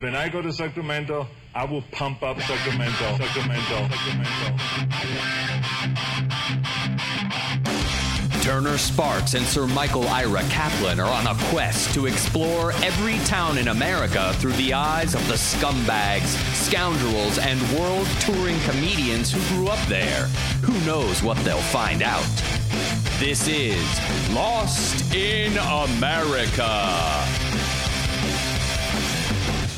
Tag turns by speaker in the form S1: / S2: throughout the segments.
S1: When I go to Sacramento, I will pump up Sacramento, Sacramento, Sacramento.
S2: Turner Sparks and Sir Michael Ira Kaplan are on a quest to explore every town in America through the eyes of the scumbags, scoundrels, and world touring comedians who grew up there. Who knows what they'll find out? This is Lost in America.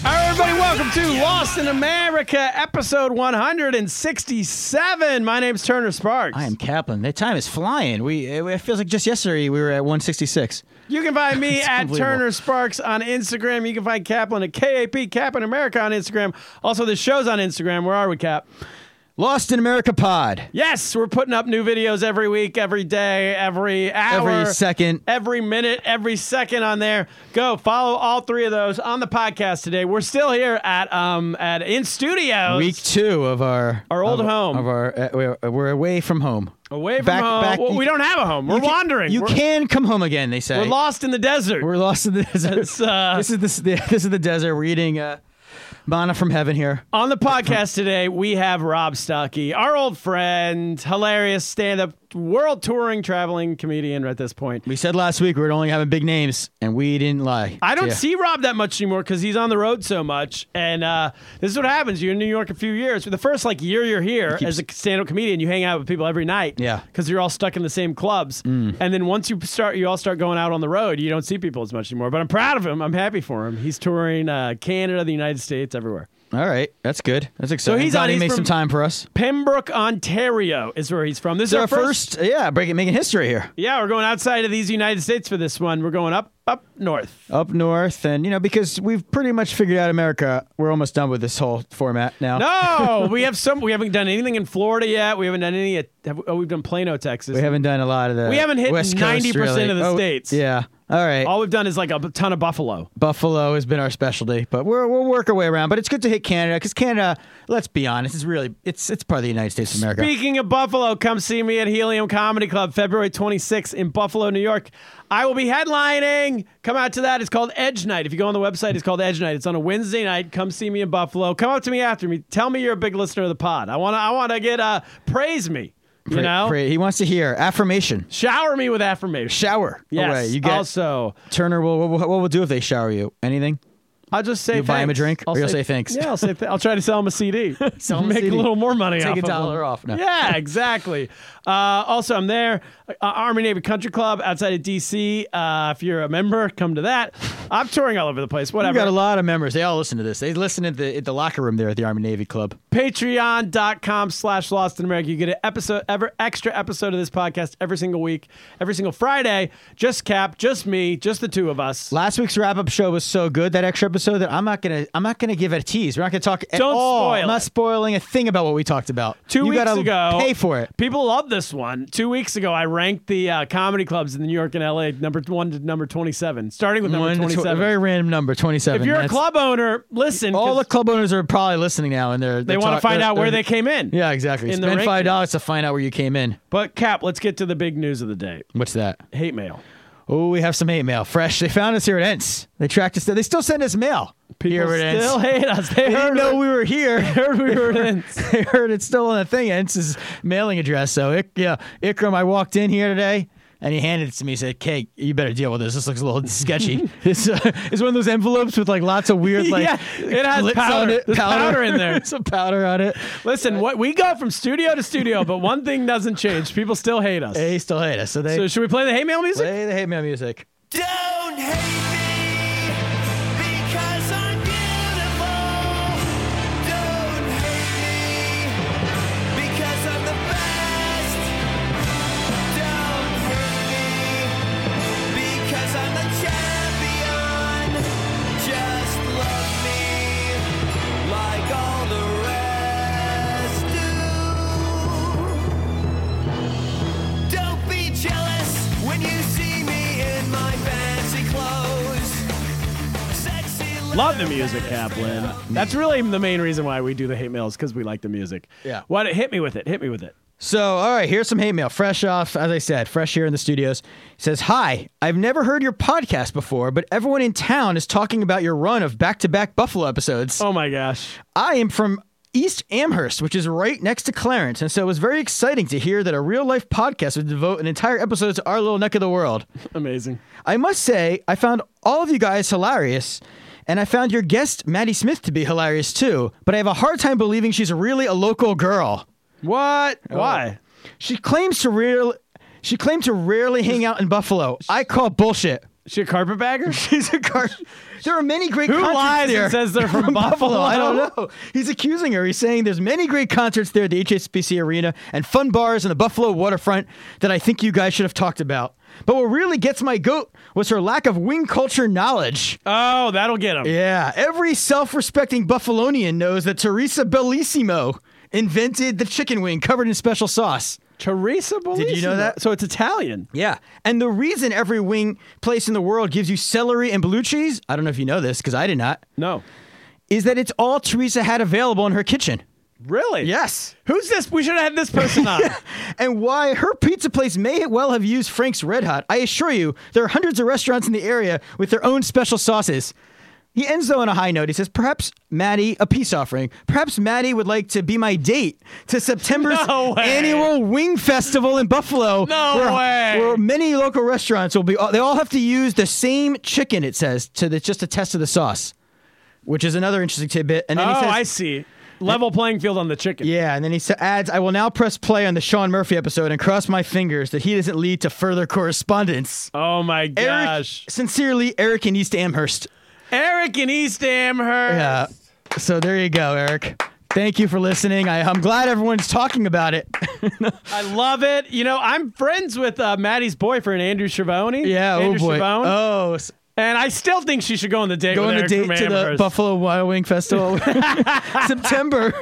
S3: All right, everybody, welcome to Lost in America, episode 167. My name's Turner Sparks.
S4: I am Kaplan. That time is flying. We it, it feels like just yesterday we were at 166.
S3: You can find me at Turner Sparks on Instagram. You can find Kaplan at KAP Kaplan America on Instagram. Also, the show's on Instagram. Where are we, Cap?
S4: Lost in America Pod.
S3: Yes, we're putting up new videos every week, every day, every hour,
S4: Every second.
S3: every minute, every second on there. Go follow all three of those on the podcast today. We're still here at um at in studios.
S4: Week two of our
S3: Our old
S4: of-
S3: home.
S4: of our uh, we're, we're away from home.
S3: Away from
S4: Back-
S3: home.
S4: back-
S3: well,
S4: you-
S3: we don't have a home. We're
S4: You can-
S3: wandering.
S4: You
S3: we're,
S4: can come home again. They say
S3: we're lost in the desert.
S4: We're lost in the
S3: It's,
S4: desert.
S3: uh,
S4: this is this this is the desert. We're eating uh, mana from heaven here.
S3: On the podcast today, we have Rob Stuckey, our old friend, hilarious stand-up, world touring, traveling comedian. At this point,
S4: We said last week we were only having big names, and we didn't lie.
S3: I don't
S4: Yeah.
S3: see Rob that much anymore because he's on the road so much. And uh, this is what happens: you're in New York a few years. For the first like year you're here
S4: keeps-
S3: as a stand-up comedian, you hang out with people every night,
S4: Yeah. Mm.
S3: because you're all stuck in the same clubs. And then once you start, you all start going out on the road. You don't see people as much anymore. But I'm proud of him. I'm happy for him. He's touring uh, Canada, the United States, everywhere.
S4: All right, that's good. That's exciting.
S3: he's on-
S4: Glad he
S3: he's
S4: made
S3: from-
S4: some time for us.
S3: Pembroke, Ontario, is where he's from. This is
S4: It's
S3: our
S4: our
S3: first
S4: first, yeah, breaking making history here.
S3: Yeah, we're going outside of these United States for this one. We're going up up north.
S4: up north and you know because we've pretty much figured out america we're almost done with this whole format now
S3: No, we have some. We haven't done anything in Florida yet. We haven't done any. At, have, oh, we've done Plano, Texas.
S4: we haven't done a lot of the
S3: We haven't hit
S4: West Coast,
S3: 90%
S4: really.
S3: of the
S4: Oh,
S3: states.
S4: yeah all right
S3: All we've done is like a ton of buffalo.
S4: buffalo has been our specialty but we're, we'll work our way around but it's good to hit canada because canada let's be honest it's really it's it's part of the united states of america
S3: Speaking of Buffalo, come see me at Helium Comedy Club February 26th in Buffalo, New York. I will be headlining. Come out to that. It's called Edge Night. If you go on the website, it's called Edge Night. It's on a Wednesday night. Come see me in Buffalo. Come up to me after me. Tell me you're a big listener of the pod. I want to I want to get uh praise me, you
S4: Pray-
S3: know?
S4: pray- he wants to hear affirmation
S3: Shower me with affirmation.
S4: shower
S3: Yes.
S4: away. you get
S3: also,
S4: turner will what, what will do if they shower you anything
S3: I'll just say
S4: You'll buy him
S3: thanks.
S4: a drink,
S3: I'll
S4: or you'll say thanks.
S3: Yeah, I'll say th- I'll try to sell him a CD.
S4: Sell him a
S3: make
S4: CD.
S3: little more money.
S4: Take
S3: off
S4: a
S3: of
S4: dollar
S3: him.
S4: off. No.
S3: Yeah, exactly. Uh, also, I'm there. Uh, Army Navy Country Club outside of DC. Uh, if you're a member, come to that. I'm touring all over the place.
S4: we've
S3: Whatever.
S4: got a lot of members they all listen to this they listen at the, at the locker room there at the army navy club
S3: patreon.com slash lost in america you get an episode ever extra episode of this podcast every single week every single friday just cap just me just the two of us
S4: Last week's wrap-up show was so good that extra episode that I'm not gonna I'm not gonna give it a tease. We're not gonna talk at
S3: Don't
S4: all.
S3: spoil
S4: I'm not
S3: it.
S4: spoiling a thing about what we talked about.
S3: Two
S4: you
S3: weeks
S4: gotta
S3: ago,
S4: pay for it.
S3: People love this one. Two weeks ago, I ranked the uh, comedy clubs in New York and LA, number one to number twenty-seven, starting with number
S4: One to tw-
S3: twenty-seven.
S4: a very random number, twenty-seven.
S3: if you're a
S4: That's-
S3: club owner, listen.
S4: all the
S3: 'cause
S4: club owners are probably listening now, and they're,
S3: they
S4: they're
S3: want to
S4: talk-
S3: find
S4: they're-
S3: out where
S4: they're-
S3: they came in.
S4: Yeah, exactly.
S3: in the
S4: Spend
S3: rankings.
S4: five dollars to find out where you came in.
S3: But Cap, let's get to the big news of the day:
S4: What's that?
S3: hate mail.
S4: Oh, we have some hate mail. Fresh. They found us here at Ents. They tracked us. They still send us mail.
S3: People
S4: here at
S3: still
S4: Ents.
S3: hate us. They,
S4: They
S3: heard
S4: didn't know we were here.
S3: heard we were in.
S4: I heard it's still on the thing. and It's his mailing address. So, Ik- yeah, Ikram, I walked in here today and he handed it to me. He said, Kate, you better deal with this. This looks a little sketchy. this uh, is one of those envelopes with like lots of weird, like,
S3: Yeah, it has
S4: glitz
S3: powder.
S4: on it.
S3: There's powder in there.
S4: Some powder on it.
S3: Listen, what we go from studio to studio, but one thing doesn't change: people still hate us.
S4: They still hate us. So they
S3: So should we play the hate mail music?
S4: play the hate mail music.
S5: Don't hate me because I'm beautiful. Don't hate me because I'm the best. Don't hate me because I'm the champion. Just love me like all the rest do. Don't be jealous when you see me in my fancy clothes. Sexy
S3: Love the
S5: little
S3: music, Kaplan. That's really the main reason why we do the hate mails because we like the music.
S4: Yeah.
S3: What? Hit me with it. Hit me with it.
S4: So, all right, here's some hate mail. Fresh off, as I said, fresh here in the studios. It says, Hi, I've never heard your podcast before, but everyone in town is talking about your run of back to back Buffalo episodes.
S3: Oh my gosh.
S4: I am from East Amherst, which is right next to Clarence, and so it was very exciting to hear that a real life podcast would devote an entire episode to our little neck of the world.
S3: Amazing.
S4: I must say, I found all of you guys hilarious, and I found your guest, Maddie Smith, to be hilarious too, but I have a hard time believing she's really a local girl.
S3: What? Oh. Why?
S4: Oh. She claims to real she claimed to rarely hang out in Buffalo. I call bullshit.
S3: She a carpetbagger?
S4: She's a car. There are many great
S3: Who
S4: concerts
S3: lies and
S4: there.
S3: says they're from Buffalo?
S4: I don't know. He's accusing her. He's saying there's many great concerts there at the HSBC Arena and fun bars in the Buffalo waterfront that I think you guys should have talked about. But what really gets my goat was her lack of wing culture knowledge.
S3: Oh, that'll get him.
S4: Yeah, every self-respecting Buffalonian knows that Teresa Bellissimo invented the chicken wing covered in special sauce.
S3: Teresa Bellissimo.
S4: Did you know that?
S3: So it's Italian.
S4: Yeah. And the reason every wing place in the world gives you celery and blue cheese, I don't know if you know this because I did not,
S3: No.
S4: is that it's all Teresa had available in her kitchen.
S3: Really?
S4: Yes.
S3: Who's this? We should have had this person on.
S4: And why her pizza place may well have used Frank's Red Hot, I assure you, there are hundreds of restaurants in the area with their own special sauces. He ends though on a high note. He says, "Perhaps Maddie, a peace offering. Perhaps Maddie would like to be my date to September's
S3: No way.
S4: annual Wing Festival in Buffalo.
S3: No
S4: where,
S3: way.
S4: Where many local restaurants will be. uh, They all have to use the same chicken. It says to the, just a test of the sauce, which is another interesting tidbit. And
S3: oh,
S4: then he says,
S3: I see. Level playing field on the chicken.
S4: yeah, and then he sa- adds, "I will now press play on the Sean Murphy episode and cross my fingers that he doesn't lead to further correspondence."
S3: Oh my
S4: Eric,
S3: gosh.
S4: sincerely, Eric in East Amherst.
S3: Eric, in East Amherst.
S4: Yeah. So there you go, Eric. Thank you for listening. I, I'm glad everyone's talking about it.
S3: I love it. You know, I'm friends with uh, Maddie's boyfriend, Andrew Schiavone.
S4: yeah.
S3: Andrew
S4: oh boy.
S3: Schiavone.
S4: Oh, s-
S3: And I still think she should go on the date
S4: go
S3: with
S4: on a
S3: Eric
S4: date
S3: from
S4: to the
S3: Amherst.
S4: Buffalo Wild Wing Festival, September.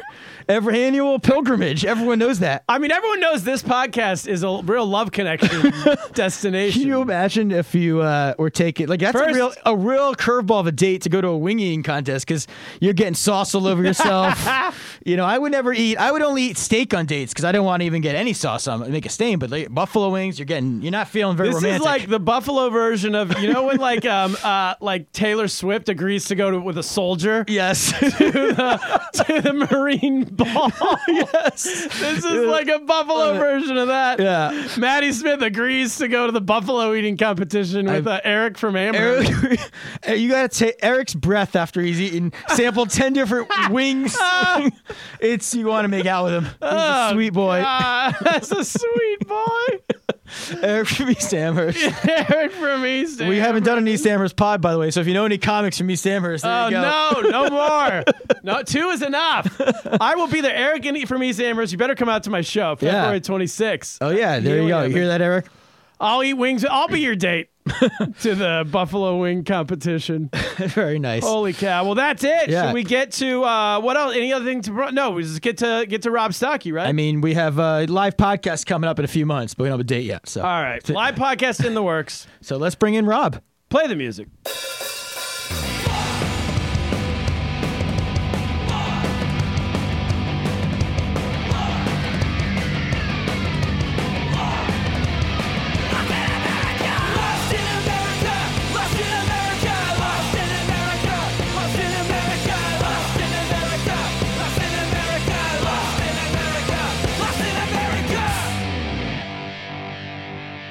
S4: Every annual pilgrimage. Everyone knows that.
S3: I mean, everyone knows this podcast is a real love connection destination.
S4: Can you imagine if you uh, were taking like that's a
S3: First-
S4: real a real curveball of a date to go to a wing eating contest because you're getting sauce all over yourself. you know, I would never eat. I would only eat steak on dates because I don't want to even get any sauce on it, make a stain. But like, buffalo wings, you're getting you're not feeling very
S3: This
S4: romantic.
S3: is like the Buffalo version of you know when like um uh like Taylor Swift agrees to go to, with a soldier
S4: yes,
S3: to the Marine Ball. yes, this is like a Buffalo version of that.
S4: yeah.
S3: Maddie Smith agrees to go to the Buffalo eating competition with uh, Eric from Amber.
S4: Eric, you gotta take Eric's breath after he's eaten. Sample ten different wings. it's you want to make out with him. He's
S3: Oh,
S4: a sweet boy,
S3: Ah, that's a sweet boy,
S4: Eric from East Amherst.
S3: Eric from East.
S4: We haven't done an East Amherst pod, by the way. So if you know any comics from East Amherst, there
S3: Oh
S4: you go.
S3: no, no more. No, two is enough. I will be there. Eric and from East Amherst, you better come out to my show
S4: Yeah.
S3: February 26th.
S4: Oh yeah, there
S3: Here
S4: you
S3: we
S4: go.
S3: have
S4: You
S3: it.
S4: hear that, Eric?
S3: I'll eat wings. I'll be your date to the buffalo wing competition.
S4: Very nice.
S3: Holy cow! Well, that's it.
S4: Yeah.
S3: Should we get to uh, what else? Any other thing to? pro- No, we just get to get to Rob Stocky, right?
S4: I mean, we have a live podcast coming up in a few months, but we don't have a date yet. So
S3: All right, live podcast in the works.
S4: so let's bring in Rob.
S3: Play the music.
S5: Lost in America, lost in America, lost in America, lost in America, lost in America, lost in America, lost in America, lost in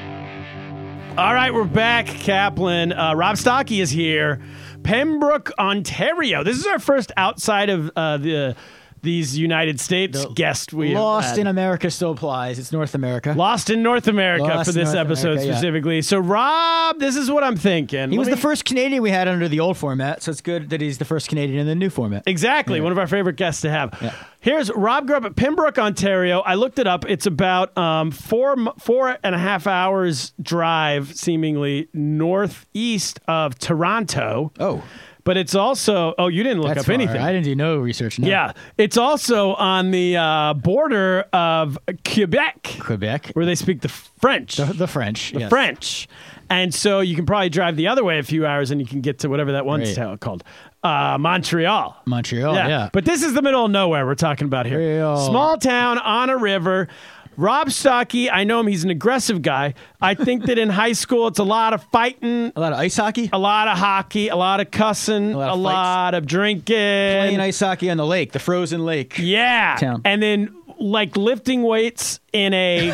S5: America.
S3: All right, we're back, Kaplan. Uh, Rob Stocky is here, Pembroke, Ontario. This is our first outside of uh, the these United States guest we have
S4: Lost
S3: had.
S4: in America still applies. It's North America.
S3: Lost in North America
S4: Lost
S3: for
S4: in
S3: this
S4: North
S3: episode
S4: America, yeah.
S3: specifically. So, Rob, this is what I'm thinking.
S4: he
S3: Let
S4: was
S3: me-
S4: the first Canadian we had under the old format, so it's good that he's the first Canadian in the new format.
S3: Exactly. One of our favorite guests to have.
S4: Yeah.
S3: Here's Rob grew up at Pembroke, Ontario. I looked it up. It's about um, four m- four and a half hours drive, seemingly northeast of Toronto.
S4: Oh,
S3: But it's also oh, you didn't look
S4: that's
S3: up
S4: far.
S3: anything.
S4: I didn't do no research. No.
S3: yeah, it's also on the uh, border of Quebec,
S4: Quebec,
S3: where they speak the French.
S4: the, the French,
S3: the French. And so you can probably drive the other way a few hours, and you can get to whatever that one's
S4: Right.
S3: town called, uh, Montreal.
S4: Montreal. Yeah,
S3: But this is the middle of nowhere we're talking about here.
S4: Real.
S3: Small town on a river. Rob Stocky, I know him. He's an aggressive guy. I think that in high school, it's a lot of fighting,
S4: A lot of ice hockey.
S3: a lot of hockey, a lot of cussing, a
S4: lot
S3: lot of,
S4: of fights.
S3: drinking.
S4: Playing ice hockey on the lake, the frozen lake.
S3: Yeah.
S4: Town.
S3: And then like lifting weights in a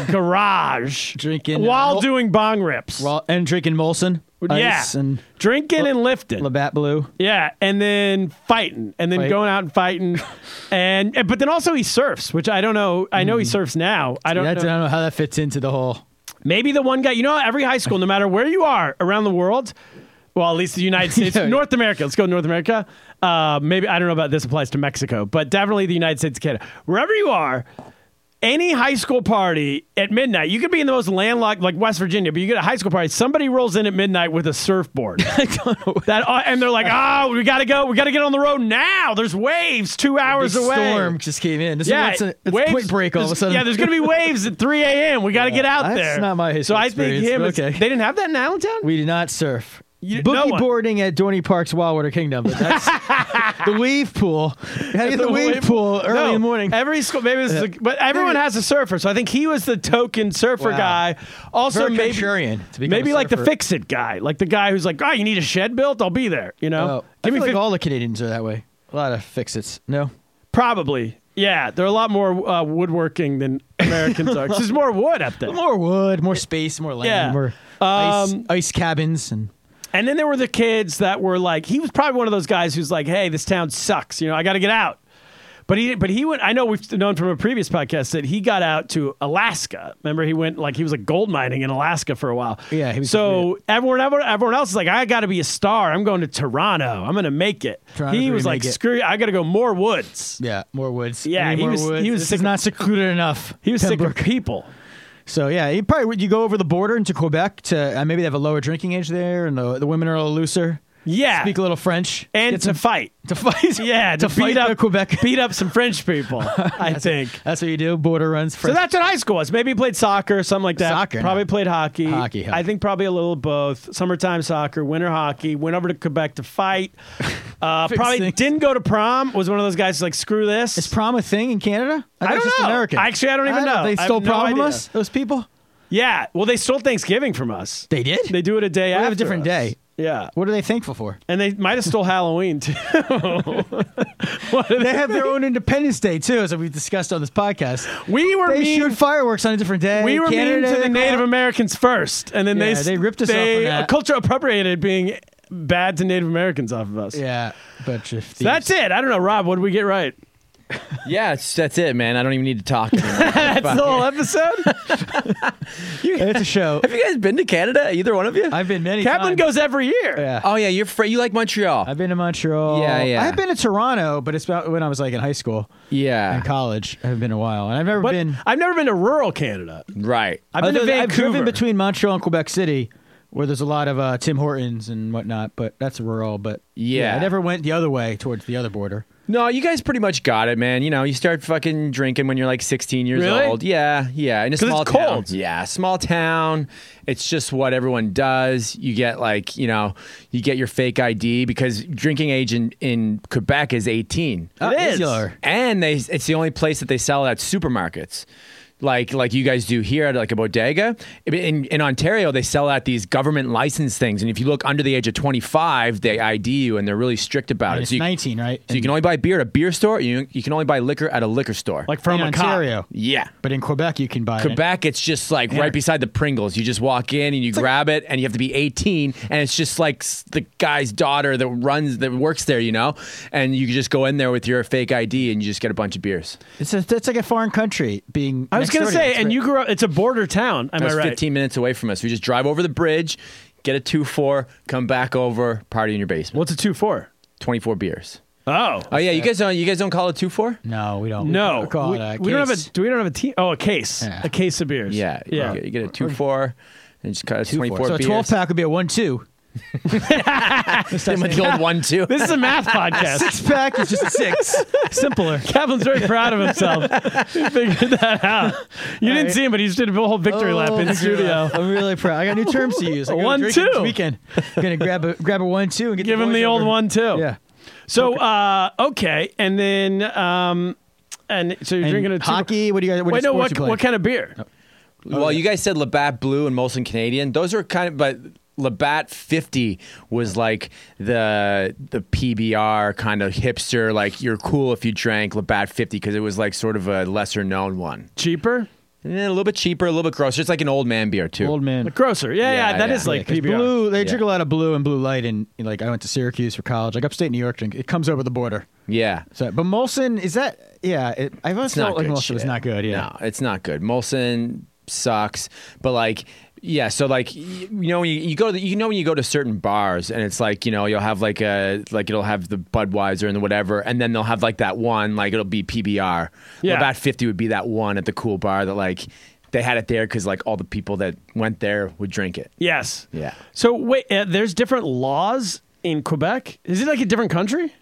S3: garage.
S4: Drinking, uh,
S3: while
S4: mol-
S3: doing bong rips.
S4: Well, and drinking Molson.
S3: yeah.
S4: Ice and
S3: drinking and lifting.
S4: Labatt Blue.
S3: yeah. And then fighting. And then
S4: Fight.
S3: going out and fighting. and and- but then also he surfs, which I don't know. I know he surfs now. I don't
S4: Mm. That's- I
S3: know.
S4: don't know how that fits into the whole.
S3: Maybe the one guy, you know, every high school, no matter where you are around the world, well, at least the United States,
S4: Yeah.
S3: North America, let's go North America. Uh, maybe, I don't know about this applies to Mexico, but definitely the United States, Canada. Wherever you are, any high school party at midnight, you could be in the most landlocked, like West Virginia, but you get a high school party, somebody rolls in at midnight with a surfboard. That, uh, and they're like, oh, we got to go. We got to get on the road now. There's waves two hours
S4: Big
S3: away.
S4: storm just came in. This yeah, it's a, it's a
S3: waves-
S4: quick break all of a
S3: there's-
S4: sudden.
S3: Yeah, there's going to be waves at 3 a.m. We got to get out
S4: that's
S3: there.
S4: not my
S3: So I think
S4: experience,
S3: him.
S4: but
S3: is-
S4: okay.
S3: They didn't have that in Allentown.
S4: We do not surf.
S3: You- no
S4: Boogie
S3: one.
S4: boarding at Dorney Park's Wildwater Kingdom. But that's the wave pool. How do you get the, wave, pool early
S3: No,
S4: in the morning?
S3: Every school, maybe this is a, but everyone has a surfer. So I think he was the token surfer
S4: Wow.
S3: guy. Also,
S4: Very
S3: maybe
S4: contrarian to become
S3: maybe
S4: a
S3: like the
S4: surfer.
S3: fix it guy, like the guy who's like, oh, you need a shed built? I'll be there. You know,
S4: Oh, I
S3: give
S4: feel
S3: me
S4: like
S3: fif-
S4: all the Canadians are that way. A lot of fix-its. No,
S3: probably. Yeah, they're a lot more uh, woodworking than Americans are. 'Cause There's more wood up there.
S4: more wood, more space, more land,
S3: Yeah.
S4: more ice,
S3: Um,
S4: ice cabins, and
S3: And then there were the kids that were like, he was probably one of those guys who's like, hey, this town sucks. You know, I got to get out. But he, but he went. I know we've known from a previous podcast that he got out to Alaska. Remember, he went like he was like gold mining in Alaska for a while.
S4: Yeah, he was
S3: so everyone, everyone, everyone else is like, I got to be a star. I'm going to Toronto. I'm going to make it.
S4: Toronto's
S3: he
S4: gonna
S3: was like,
S4: make it.
S3: screw. you, I got to go more woods.
S4: yeah, more woods.
S3: Yeah,
S4: Any
S3: he
S4: more
S3: was-
S4: woods.
S3: he was
S4: This
S3: sick
S4: is
S3: of-
S4: not secluded enough.
S3: He was
S4: Pembroke.
S3: sick of people.
S4: So yeah, you probably would- you go over the border into Quebec to uh, maybe they have a lower drinking age there, and the, the women are a little looser.
S3: Yeah,
S4: Speak a little French
S3: and
S4: Get
S3: to
S4: some-
S3: fight.
S4: to fight.
S3: Yeah, to,
S4: to
S3: beat
S4: fight
S3: up
S4: the Quebec.
S3: beat up some French people. I think.
S4: That's what you do. Border runs.
S3: So
S4: French.
S3: that's what high school was. Maybe he played soccer, something like that.
S4: Soccer,
S3: Probably
S4: no.
S3: played hockey.
S4: Hockey, hockey.
S3: I think probably a little of both. Summertime soccer, winter hockey. Went over to Quebec to fight. Uh,
S4: Fix
S3: probably
S4: things.
S3: didn't go to prom. Was one of those guys who's like screw this.
S4: Is prom a thing in Canada?
S3: I
S4: thought
S3: don't
S4: it's just
S3: know.
S4: American.
S3: Actually, I don't even know.
S4: They
S3: I have
S4: stole
S3: no
S4: prom from
S3: idea.
S4: us. Those people.
S3: yeah. Well, they stole Thanksgiving from us.
S4: They did.
S3: They do it a day
S4: have
S3: after.
S4: a different
S3: us.
S4: day.
S3: Yeah.
S4: what are they thankful for?
S3: And they might have stole Halloween too. What are
S4: They
S3: they-
S4: have their own Independence Day too, as we've discussed on this podcast.
S3: we were
S4: They
S3: mean.
S4: shoot fireworks on a different day.
S3: we were
S4: Canada
S3: mean
S4: Day,
S3: to
S4: they
S3: the
S4: call
S3: Native
S4: it.
S3: Americans first, and then
S4: Yeah,
S3: they
S4: they ripped us off on
S3: they-
S4: that.
S3: Culture appropriated being bad to Native Americans off of us.
S4: Yeah, but
S3: That's it. I don't know, Rob. What did we get right?
S6: Yeah, it's, that's it, man. I don't even need to talk. Anymore. Have
S3: That's the whole episode.
S4: It's a show.
S6: you guys been to Canada? Either one of you?
S4: I've been many.
S3: Kaplan
S4: times.
S3: goes every year.
S4: Yeah.
S6: oh yeah, you're fr- you like Montreal?
S4: I've been to Montreal.
S6: Yeah, yeah.
S4: I've been to Toronto, but it's about when I was like in high school
S6: yeah,
S4: and college. I've been a while, and I've never
S3: But
S4: been.
S3: I've never been to rural Canada.
S6: right.
S3: I've been to
S4: Other than- I've
S3: Vancouver.
S4: driven between Montreal and Quebec City, where there's a lot of uh, Tim Hortons and whatnot, but that's rural. But
S6: Yeah.
S4: I never went the other way towards the other border.
S6: No, you guys pretty much got it, man. You know, you start fucking drinking when you're like 16 years
S3: Really?
S6: old. Yeah, yeah. In a
S3: 'Cause it's
S6: small
S3: cold.
S6: town. Yeah, small town. It's just what everyone does. You get like, you know, you get your fake ID because drinking age in, in Quebec is 18.
S4: It
S3: is.
S6: And they it's the only place that they sell it at supermarkets. Like like you guys do here at like a bodega. In in Ontario they sell out these government license things and if you look under the age of 25 they ID you and they're really strict about it.
S4: It's
S6: So you-
S4: 19, right?
S6: so you can only buy beer at a beer store. You you can only buy liquor at a liquor store.
S3: like from
S4: in
S3: a cop.
S4: Ontario,
S6: yeah.
S4: but in Quebec you can buy it.
S6: Quebec, it's just like right beside the Pringles. You just walk in and you grab it, and you have to be 18, and it's just like s- the guy's daughter that runs that works there, you know. And you can just go in there with your fake ID, and you just get a bunch of beers.
S4: It's a, that's like a foreign country being.
S3: I was
S4: going to
S3: say,
S4: us,
S3: and
S4: right?
S3: you grew up. It's a border town. Am I
S6: That's
S3: right?
S6: 15 minutes away from us. We just drive over the bridge, get a two four, come back over, party in your basement.
S3: What's a two four?
S6: 24 beers.
S3: Oh.
S6: Oh yeah, you guys don't you guys don't call it two four?
S4: No, we don't. uh,
S3: no,
S4: We call
S3: we,
S4: it a
S3: we don't have
S4: case.
S3: a. Do we don't have a team? Oh, a case,
S4: Yeah.
S3: a case of beers.
S6: Yeah,
S3: yeah.
S6: You get, you get a two four, and just cut us 24
S4: So a
S6: beers.
S4: 12 pack would be a one two.
S6: Same with the old one too.
S3: This is a math podcast.
S4: Six pack is just a six. Simpler.
S3: Kaplan's very proud of himself. he figured that out. You didn't see him, but he just did a whole victory lap in the studio.
S4: I'm really proud. I got new terms to use. I
S3: A
S4: go to
S3: one,
S4: drinking
S3: two.
S4: This weekend. Gonna grab a grab a one two and get
S3: Give him
S4: boys
S3: the old
S4: over.
S3: one too.
S4: Yeah.
S3: So uh, okay, and then um, And so you're
S4: And
S3: drinking a two-
S4: hockey? What do you guys? What
S3: Wait, no.
S4: sports
S3: What,
S4: you play?
S3: what kind of beer?
S6: well, you guys said Labatt Blue and Molson Canadian. Those are kind of, but Labatt 50 was like the the PBR kind of hipster. Like you're cool if you drank Labatt 50 because it was like sort of a lesser known one,
S3: Cheaper?
S6: and then a little bit cheaper, a little bit grosser. It's like an old man beer too.
S4: old man?
S3: The grocer. Yeah, yeah.
S6: Yeah,
S3: that
S6: yeah.
S3: is like
S4: Yeah, 'cause
S3: PBR.
S4: Blue, they
S6: Yeah.
S4: drink a lot of blue and blue light, and like I went to Syracuse for college, like upstate New York. Drink it comes over the border.
S6: Yeah.
S4: So, but Molson is that? Yeah, it, I've always
S6: It's not
S4: felt like
S6: good
S4: Molson
S6: shit.
S4: was not good. Yeah,
S6: No, it's not good. Molson sucks, but like. Yeah, so like y- you know when you, you go to you know when you go to certain bars and it's like you know you'll have like a like it'll have the Budweiser and the whatever and then they'll have like that one like it'll be PBR.
S3: Yeah.
S6: about fifty would be that one at the cool bar that like they had it there because like all the people that went there would drink it.
S3: Yes.
S6: Yeah.
S3: So wait, uh, there's different laws in Quebec. Is it like a different country?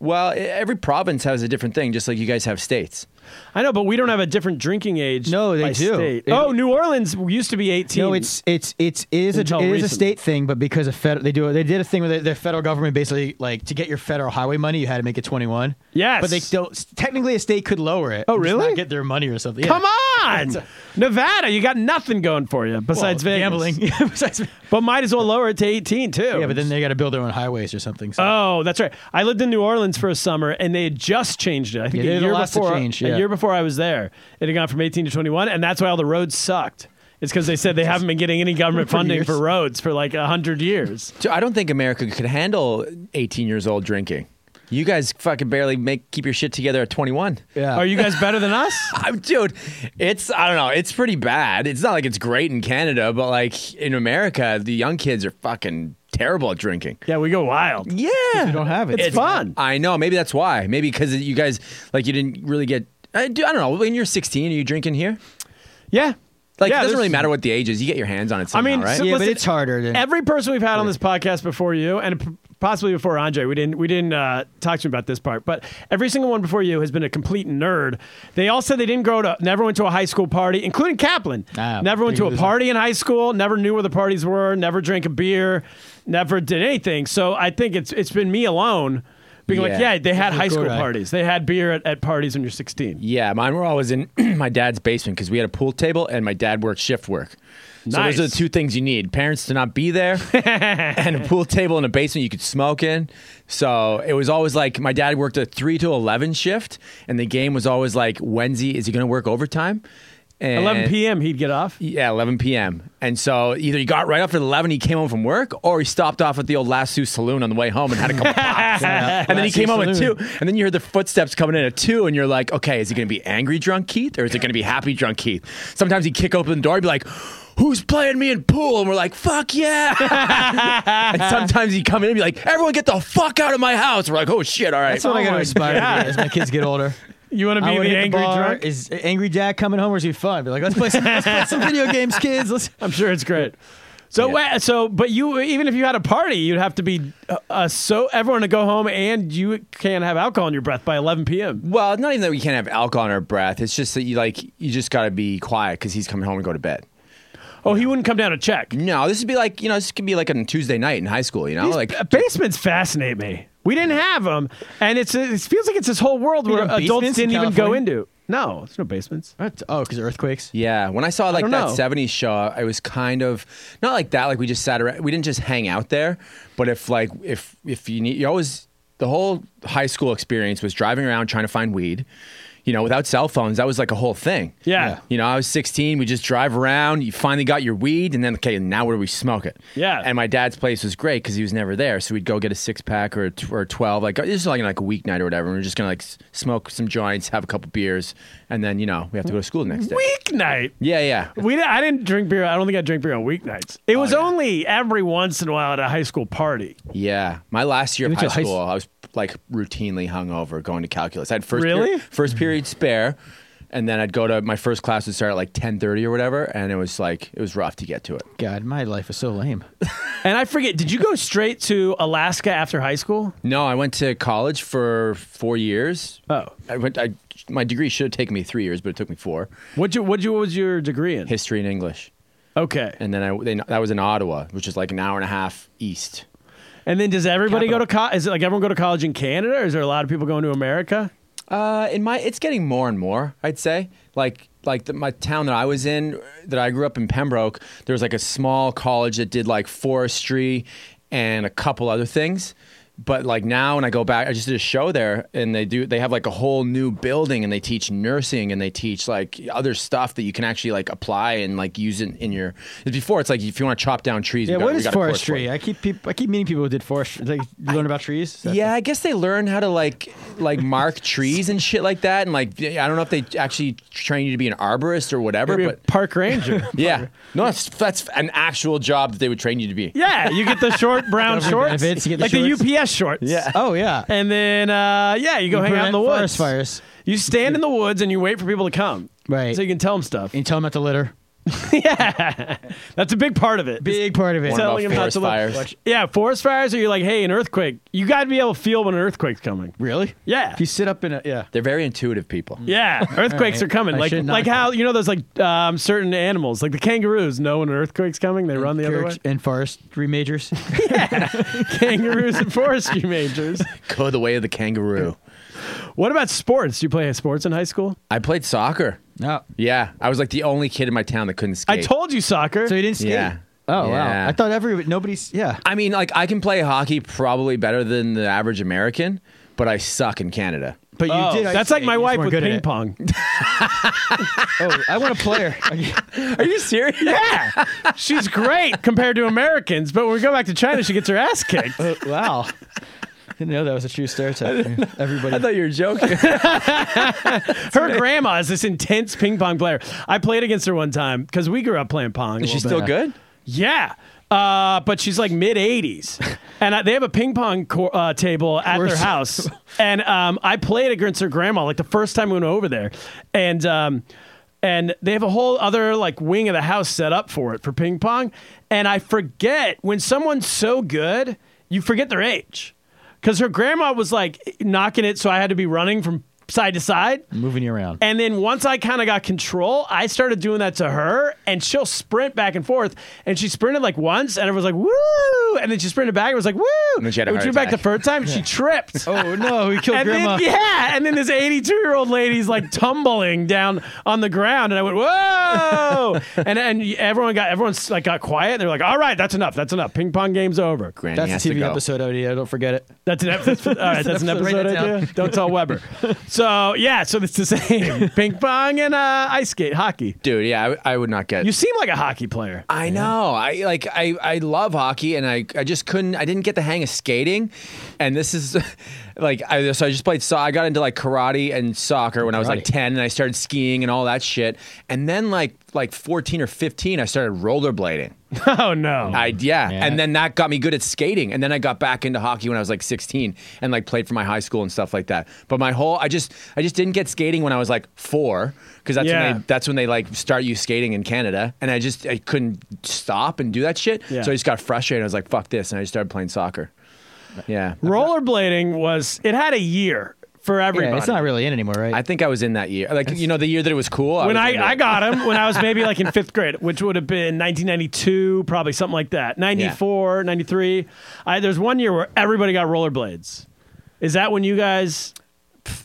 S6: Well, e- every province has a different thing, just like you guys have states.
S3: I know, but we don't have a different drinking age.
S4: No, they
S3: by
S4: do.
S3: state.
S4: It-
S3: oh, New Orleans used to be 18.
S4: No, it's it's it's it is a
S3: Until
S4: it is a
S3: recently.
S4: state thing, but because of fed, they do they did a thing where the, the federal government basically like to get your federal highway money, you had to make it twenty one.
S3: Yes.
S4: but they don't. Technically, a state could lower it.
S3: Oh,
S4: and just not
S3: really?
S4: get their money or something.
S3: Come on! Nevada, you got nothing going for you besides Vegas.
S4: gambling. Besides-
S3: But might as well lower it to 18, too.
S4: yeah, but then they got to build their own highways or something. So.
S3: Oh, that's right. I lived in New Orleans for a summer, and they had just changed it. I think
S4: Yeah, they
S3: a
S4: had
S3: year
S4: lots to
S3: before.
S4: change,
S3: A
S4: yeah.
S3: year before I was there, it had gone from 18 to 21, and that's why all the roads sucked. It's because they said they haven't been getting any government
S4: For
S3: funding
S4: years.
S3: for roads for like hundred years.
S6: So I don't think America could handle eighteen years old drinking. You guys fucking barely make keep your shit together at twenty one.
S4: yeah.
S3: Are you guys better than us?
S6: I'm, dude, it's I don't know. It's pretty bad. It's not like it's great in Canada, but like in America, the young kids are fucking terrible at drinking.
S3: Yeah, we go wild.
S6: Yeah,
S4: you don't have it.
S3: It's fun.
S6: I know. Maybe that's why. Maybe because you guys like you didn't really get. I, do, I don't know. When you're 16, are you drinking here?
S3: Yeah,
S6: Like
S3: Yeah,
S6: it doesn't
S3: there's-
S6: really matter what the age is. You get your hands on it.
S3: I
S6: Somehow,
S3: mean,
S6: right?
S3: so-
S4: yeah, but
S3: listen,
S4: it's harder. Than,
S3: Every person we've had on this podcast before you, and p- possibly before Andre, we didn't we didn't uh, talk to him about this part, but every single one before you has been a complete nerd. They all said they didn't grow to, never went to a high school party, including Kaplan.
S4: Ah,
S3: never went to a
S4: big loser.
S3: party in high school. Never knew where the parties were. Never drank a beer. Never did anything. So I think it's it's been me alone. Being like,
S6: Yeah.
S3: yeah, they had high
S4: Cool
S3: school
S4: guy.
S3: parties. They had beer at, at parties when you're 16.
S6: Yeah, mine were always in my dad's basement because we had a pool table and my dad worked shift work. So
S3: Nice.
S6: those are the two things you need: parents to not be there, and a pool table in a basement you could smoke in. So it was always like my dad worked a three to eleven shift, and the game was always like Wednesday. Is he going to work overtime? And
S3: 11 p.m. He'd get off.
S6: Yeah, 11 p.m. And so either he got right after 11, he came home from work, or he stopped off at the old Lasso Saloon on the way home and had a couple pops. And then he
S4: Lasso
S6: came home at two,
S4: Saloon.
S6: and then you heard the footsteps coming in at two, and you're like, okay, is he going to be angry drunk Keith, or is it going to be happy drunk Keith? Sometimes he'd kick open the door, he'd be like, who's playing me in pool? And we're like, fuck yeah. and sometimes he'd come in and be like, everyone get the fuck out of my house. We're like, oh shit, all right.
S4: That's what I got to aspire to be as my kids get older.
S3: You want to
S4: I
S3: be
S4: wanna
S3: the
S4: hit
S3: angry
S4: bar.
S3: drunk?
S4: Is angry Jack coming home or is he fun? Be like, let's play some, let's play some video games, kids. Let's.
S3: I'm sure it's great. So wa- so, but you even if you had a party, you'd have to be uh, uh, so everyone to go home, and you can't have alcohol in your breath by 11 p.m.
S6: Well, not even that we can't have alcohol in our breath. It's just that you like you just got to be quiet because he's coming home and go to bed.
S3: Oh, he wouldn't come down to check.
S6: No, this would be like you know this could be like on Tuesday night in high school. You know,
S3: These
S6: like
S3: ba- basements fascinate me. We didn't have them, and it's it feels like it's this whole world where
S4: didn't have
S3: adults
S4: basements in
S3: didn't even go
S4: California?
S3: into. No, there's no basements.
S4: Oh, because earthquakes.
S6: yeah. When I saw like
S3: don't
S6: that
S3: know.
S6: '70s show, it was kind of not like that. Like we just sat around. We didn't just hang out there. But if like if if you need, you always the whole high school experience was driving around trying to find weed. You know, without cell phones, that was like a whole thing.
S3: Yeah. Yeah.
S6: You know, I was 16. We just drive around. You finally got your weed, and then okay, now where do we smoke it?
S3: Yeah.
S6: And my dad's place was great because he was never there, so we'd go get a six pack or a tw- or a twelve, like this is like like a weeknight or whatever. And we are just gonna like s- smoke some joints, have a couple beers, and then you know we have to go to school the next day.
S3: Weeknight.
S6: Yeah, yeah.
S3: We di- I didn't drink beer. I don't think I drink beer on weeknights. It was only every once in a while at a high school party.
S6: Yeah. My last year of
S4: went to
S6: high
S4: high
S6: school, I was like routinely hungover going to calculus. I had first
S3: Really?
S6: period, first period spare, and then I'd go to my first class would start at like ten thirty or whatever, and it was like it was rough to get to it.
S4: God, my life is so lame.
S3: And I forget. Did you go straight to Alaska after high school?
S6: No, I went to college for four years.
S3: Oh.
S6: I went. I my degree should have taken me three years, but it took me four.
S3: What you what you what was your degree in?
S6: History and English.
S3: Okay.
S6: and then I they, that was in Ottawa, which is like an hour and a half east.
S3: And then does everybody go to college? Is it like everyone go to college in Canada, or is there a lot of people going to America?
S6: Uh, in my, it's getting more and more. I'd say, like, like the, my town that I was in, that I grew up in Pembroke. There was like a small college that did like forestry and a couple other things. But like now, when I go back, I just did a show there, and they do. They have like a whole new building, and they teach nursing, and they teach like other stuff that you can actually like apply and like use in, in your. Before it's like if you want to chop down trees.
S4: Yeah,
S6: we got-
S4: what
S6: we
S4: is
S6: got a course for
S4: forestry?
S6: it.
S4: I keep peop I keep meeting people who did forestry. Like learn about trees. Is that-
S6: Yeah, I guess they learn how to like like mark trees and shit like that, and like I don't know if they actually train you to be an arborist or whatever,
S3: Maybe a
S6: but
S3: park ranger.
S6: yeah, no, that's, that's an actual job that they would train you to be.
S3: yeah, you get the short brown shorts,
S4: benefits, you get the
S3: like
S4: shorts.
S3: the UPS shorts. Yeah.
S4: Oh yeah.
S3: And then, uh, yeah, you go hang out in the
S4: prevent
S3: woods.
S4: forest fires.
S3: You stand in the woods and you wait for people to come.
S4: Right.
S3: So you can tell them stuff.
S4: And tell them not to litter.
S3: yeah. That's a big part of it.
S4: Big part of it.
S6: Warn about
S3: telling him not
S6: forest
S3: to look.
S6: fires.
S3: Yeah, forest fires, or you're like, hey, an earthquake. You got to be able to feel when an earthquake's coming.
S4: Really?
S3: Yeah.
S4: If you sit up in a yeah.
S6: They're very intuitive people.
S3: Yeah, earthquakes
S4: right.
S3: are coming.
S4: I
S3: like
S4: should not
S3: like
S4: have-
S3: how you know those like um, certain animals, like the kangaroos, know when an earthquake's coming, they run the other way.
S4: Church and forestry majors.
S3: kangaroos and forestry majors.
S6: Go the way of the kangaroo.
S3: What about sports? Do you play sports in high school?
S6: I played soccer.
S4: no.
S6: Yeah, I was like the only kid in my town that couldn't skate.
S3: I told you soccer.
S4: So you didn't skate.
S6: Yeah.
S4: Oh
S6: Yeah.
S4: wow. I thought every nobody's yeah.
S6: I mean, like I can play hockey probably better than the average American, but I suck in Canada.
S4: But you
S3: Oh,
S4: did.
S3: that's like my
S4: you just
S3: wife
S4: weren't
S3: with
S4: good at
S3: ping
S4: it.
S3: pong.
S4: Oh, I want a player.
S6: Are you serious?
S3: yeah, she's great compared to Americans, but when we go back to China, she gets her ass kicked.
S4: Uh, wow. Didn't know that was a true stereotype. Everybody.
S6: I thought you were joking.
S3: Her grandma is this intense ping pong player. I played against her one time because we grew up playing pong. a
S6: She's
S3: little
S6: still
S3: bit.
S6: good.
S3: Yeah. Uh, but she's like mid 80s. And I, they have a ping pong cor- uh, table at their
S4: course.
S3: house. And um, I played against her grandma like the first time we went over there. And. Um, and they have a whole other like wing of the house set up for it for ping pong. And I forget when someone's so good, you forget their age. Cause her grandma was like knocking it, so I had to be running from side to side.
S4: moving you around.
S3: And then once I kind of got control, I started doing that to her, and she'll sprint back and forth. And she sprinted like once, and everyone was like, woo! And then she sprinted back, and was like, woo! And
S6: then she had a
S3: we
S6: heart
S3: drew back the
S6: attack.
S3: first time, and she tripped.
S4: oh no, we killed
S3: And
S4: grandma.
S3: then, yeah, and then this 82 year old lady's like tumbling down on the ground, and I went, "Whoa!" and and everyone got everyone's like got quiet, and they're like, "All right, that's enough, that's enough. Ping pong game's over."
S6: Granny has
S4: That's a
S6: to
S4: TV
S6: go.
S4: episode idea. Don't forget it.
S3: That's an episode. All right, that's an
S4: Episode, write
S3: episode
S4: that down.
S3: idea. Don't tell Weber. So yeah, so it's the same ping pong and uh, ice skate hockey.
S6: Dude, yeah, I, I would not get.
S3: You seem like a hockey player.
S6: I know. I like I, I love hockey and I, I just couldn't I didn't get the hang of skating. And this is like I so I just played so I got into like karate and soccer when I was like
S4: Karate.
S6: 10 and I started skiing and all that shit. And then like like 14 or 15 I started rollerblading.
S3: Oh no.
S6: I yeah.
S4: Yeah.
S6: And then that got me good at skating. And then I got back into hockey when I was like 16 and like played for my high school and stuff like that. But my whole I just I just didn't get skating when I was like 4 because that's
S3: Yeah.
S6: when they that's when they like start you skating in Canada and I just I couldn't stop and do that shit.
S3: Yeah.
S6: So I just got frustrated. I was like fuck this and I just started playing soccer. Yeah.
S3: Rollerblading was it had a year for everybody.
S4: Yeah, it's not really in anymore, right?
S6: I think I was in that year. Like you know the year that it was cool.
S3: when
S6: was
S3: I,
S6: in it.
S3: I got him when I was maybe like in fifth grade, which would have been 1992, probably something like that. 94, 93. I, there's one year where everybody got rollerblades. Is that when you guys?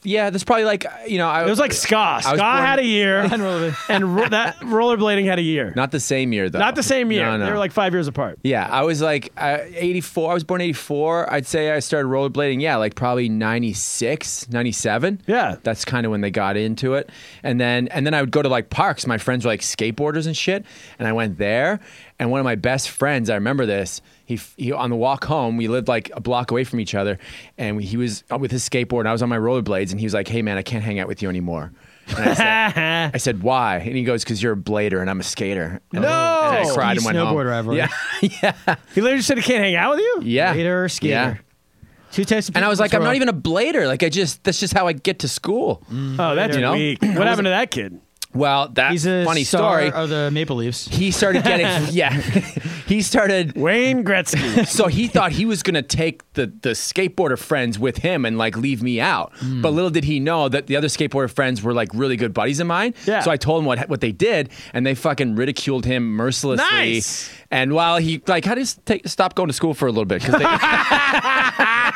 S6: Yeah, there's probably like you know I uh,
S3: It was like ska. Ska
S6: born-
S3: had a year, and ro- that rollerblading had a year.
S6: not the same year though.
S3: Not the same year.
S6: No, no.
S3: They were like five years apart.
S6: Yeah, I was like uh, 84. I was born 84. I'd say I started rollerblading, yeah, like probably 96, 97.
S3: Yeah.
S6: That's kind of when they got into it. And then and then I would go to like parks. My friends were like skateboarders and shit, and I went there, and one of my best friends, I remember this, he, he on the walk home, we lived like a block away from each other, and he was up with his skateboard and I was on my rollerblades and he was like, "Hey man, I can't hang out with you anymore." And I said, I said, why? And he goes, because you're a blader and I'm a skater. And no! I, and I cried and went home.
S4: Snowboard rivalry.
S6: Yeah.
S3: He literally said he can't hang out with you.
S6: Yeah.
S4: Skater or skater.
S6: Yeah.
S4: Two types of
S6: And I
S4: people
S6: was like,
S4: that's
S6: I'm
S4: wrong.
S6: not even a blader. Like, I just, that's just how I get to school.
S3: Oh, that's
S6: You know?
S3: weak. What happened to that kid?
S6: Well, that's
S4: Mm. He's a
S6: funny
S4: star
S6: story.
S4: Of the Maple Leafs.
S6: he started getting, yeah. he started,
S3: Wayne Gretzky.
S6: so he thought he was going to take the, the skateboarder friends with him and like leave me out.
S3: Hmm.
S6: But little did he know that the other skateboarder friends were like really good buddies of mine.
S3: Yeah.
S6: So I told him what, what they did and they fucking ridiculed him mercilessly.
S3: Nice.
S6: And while he like, how does take stop going to school for a little bit? Because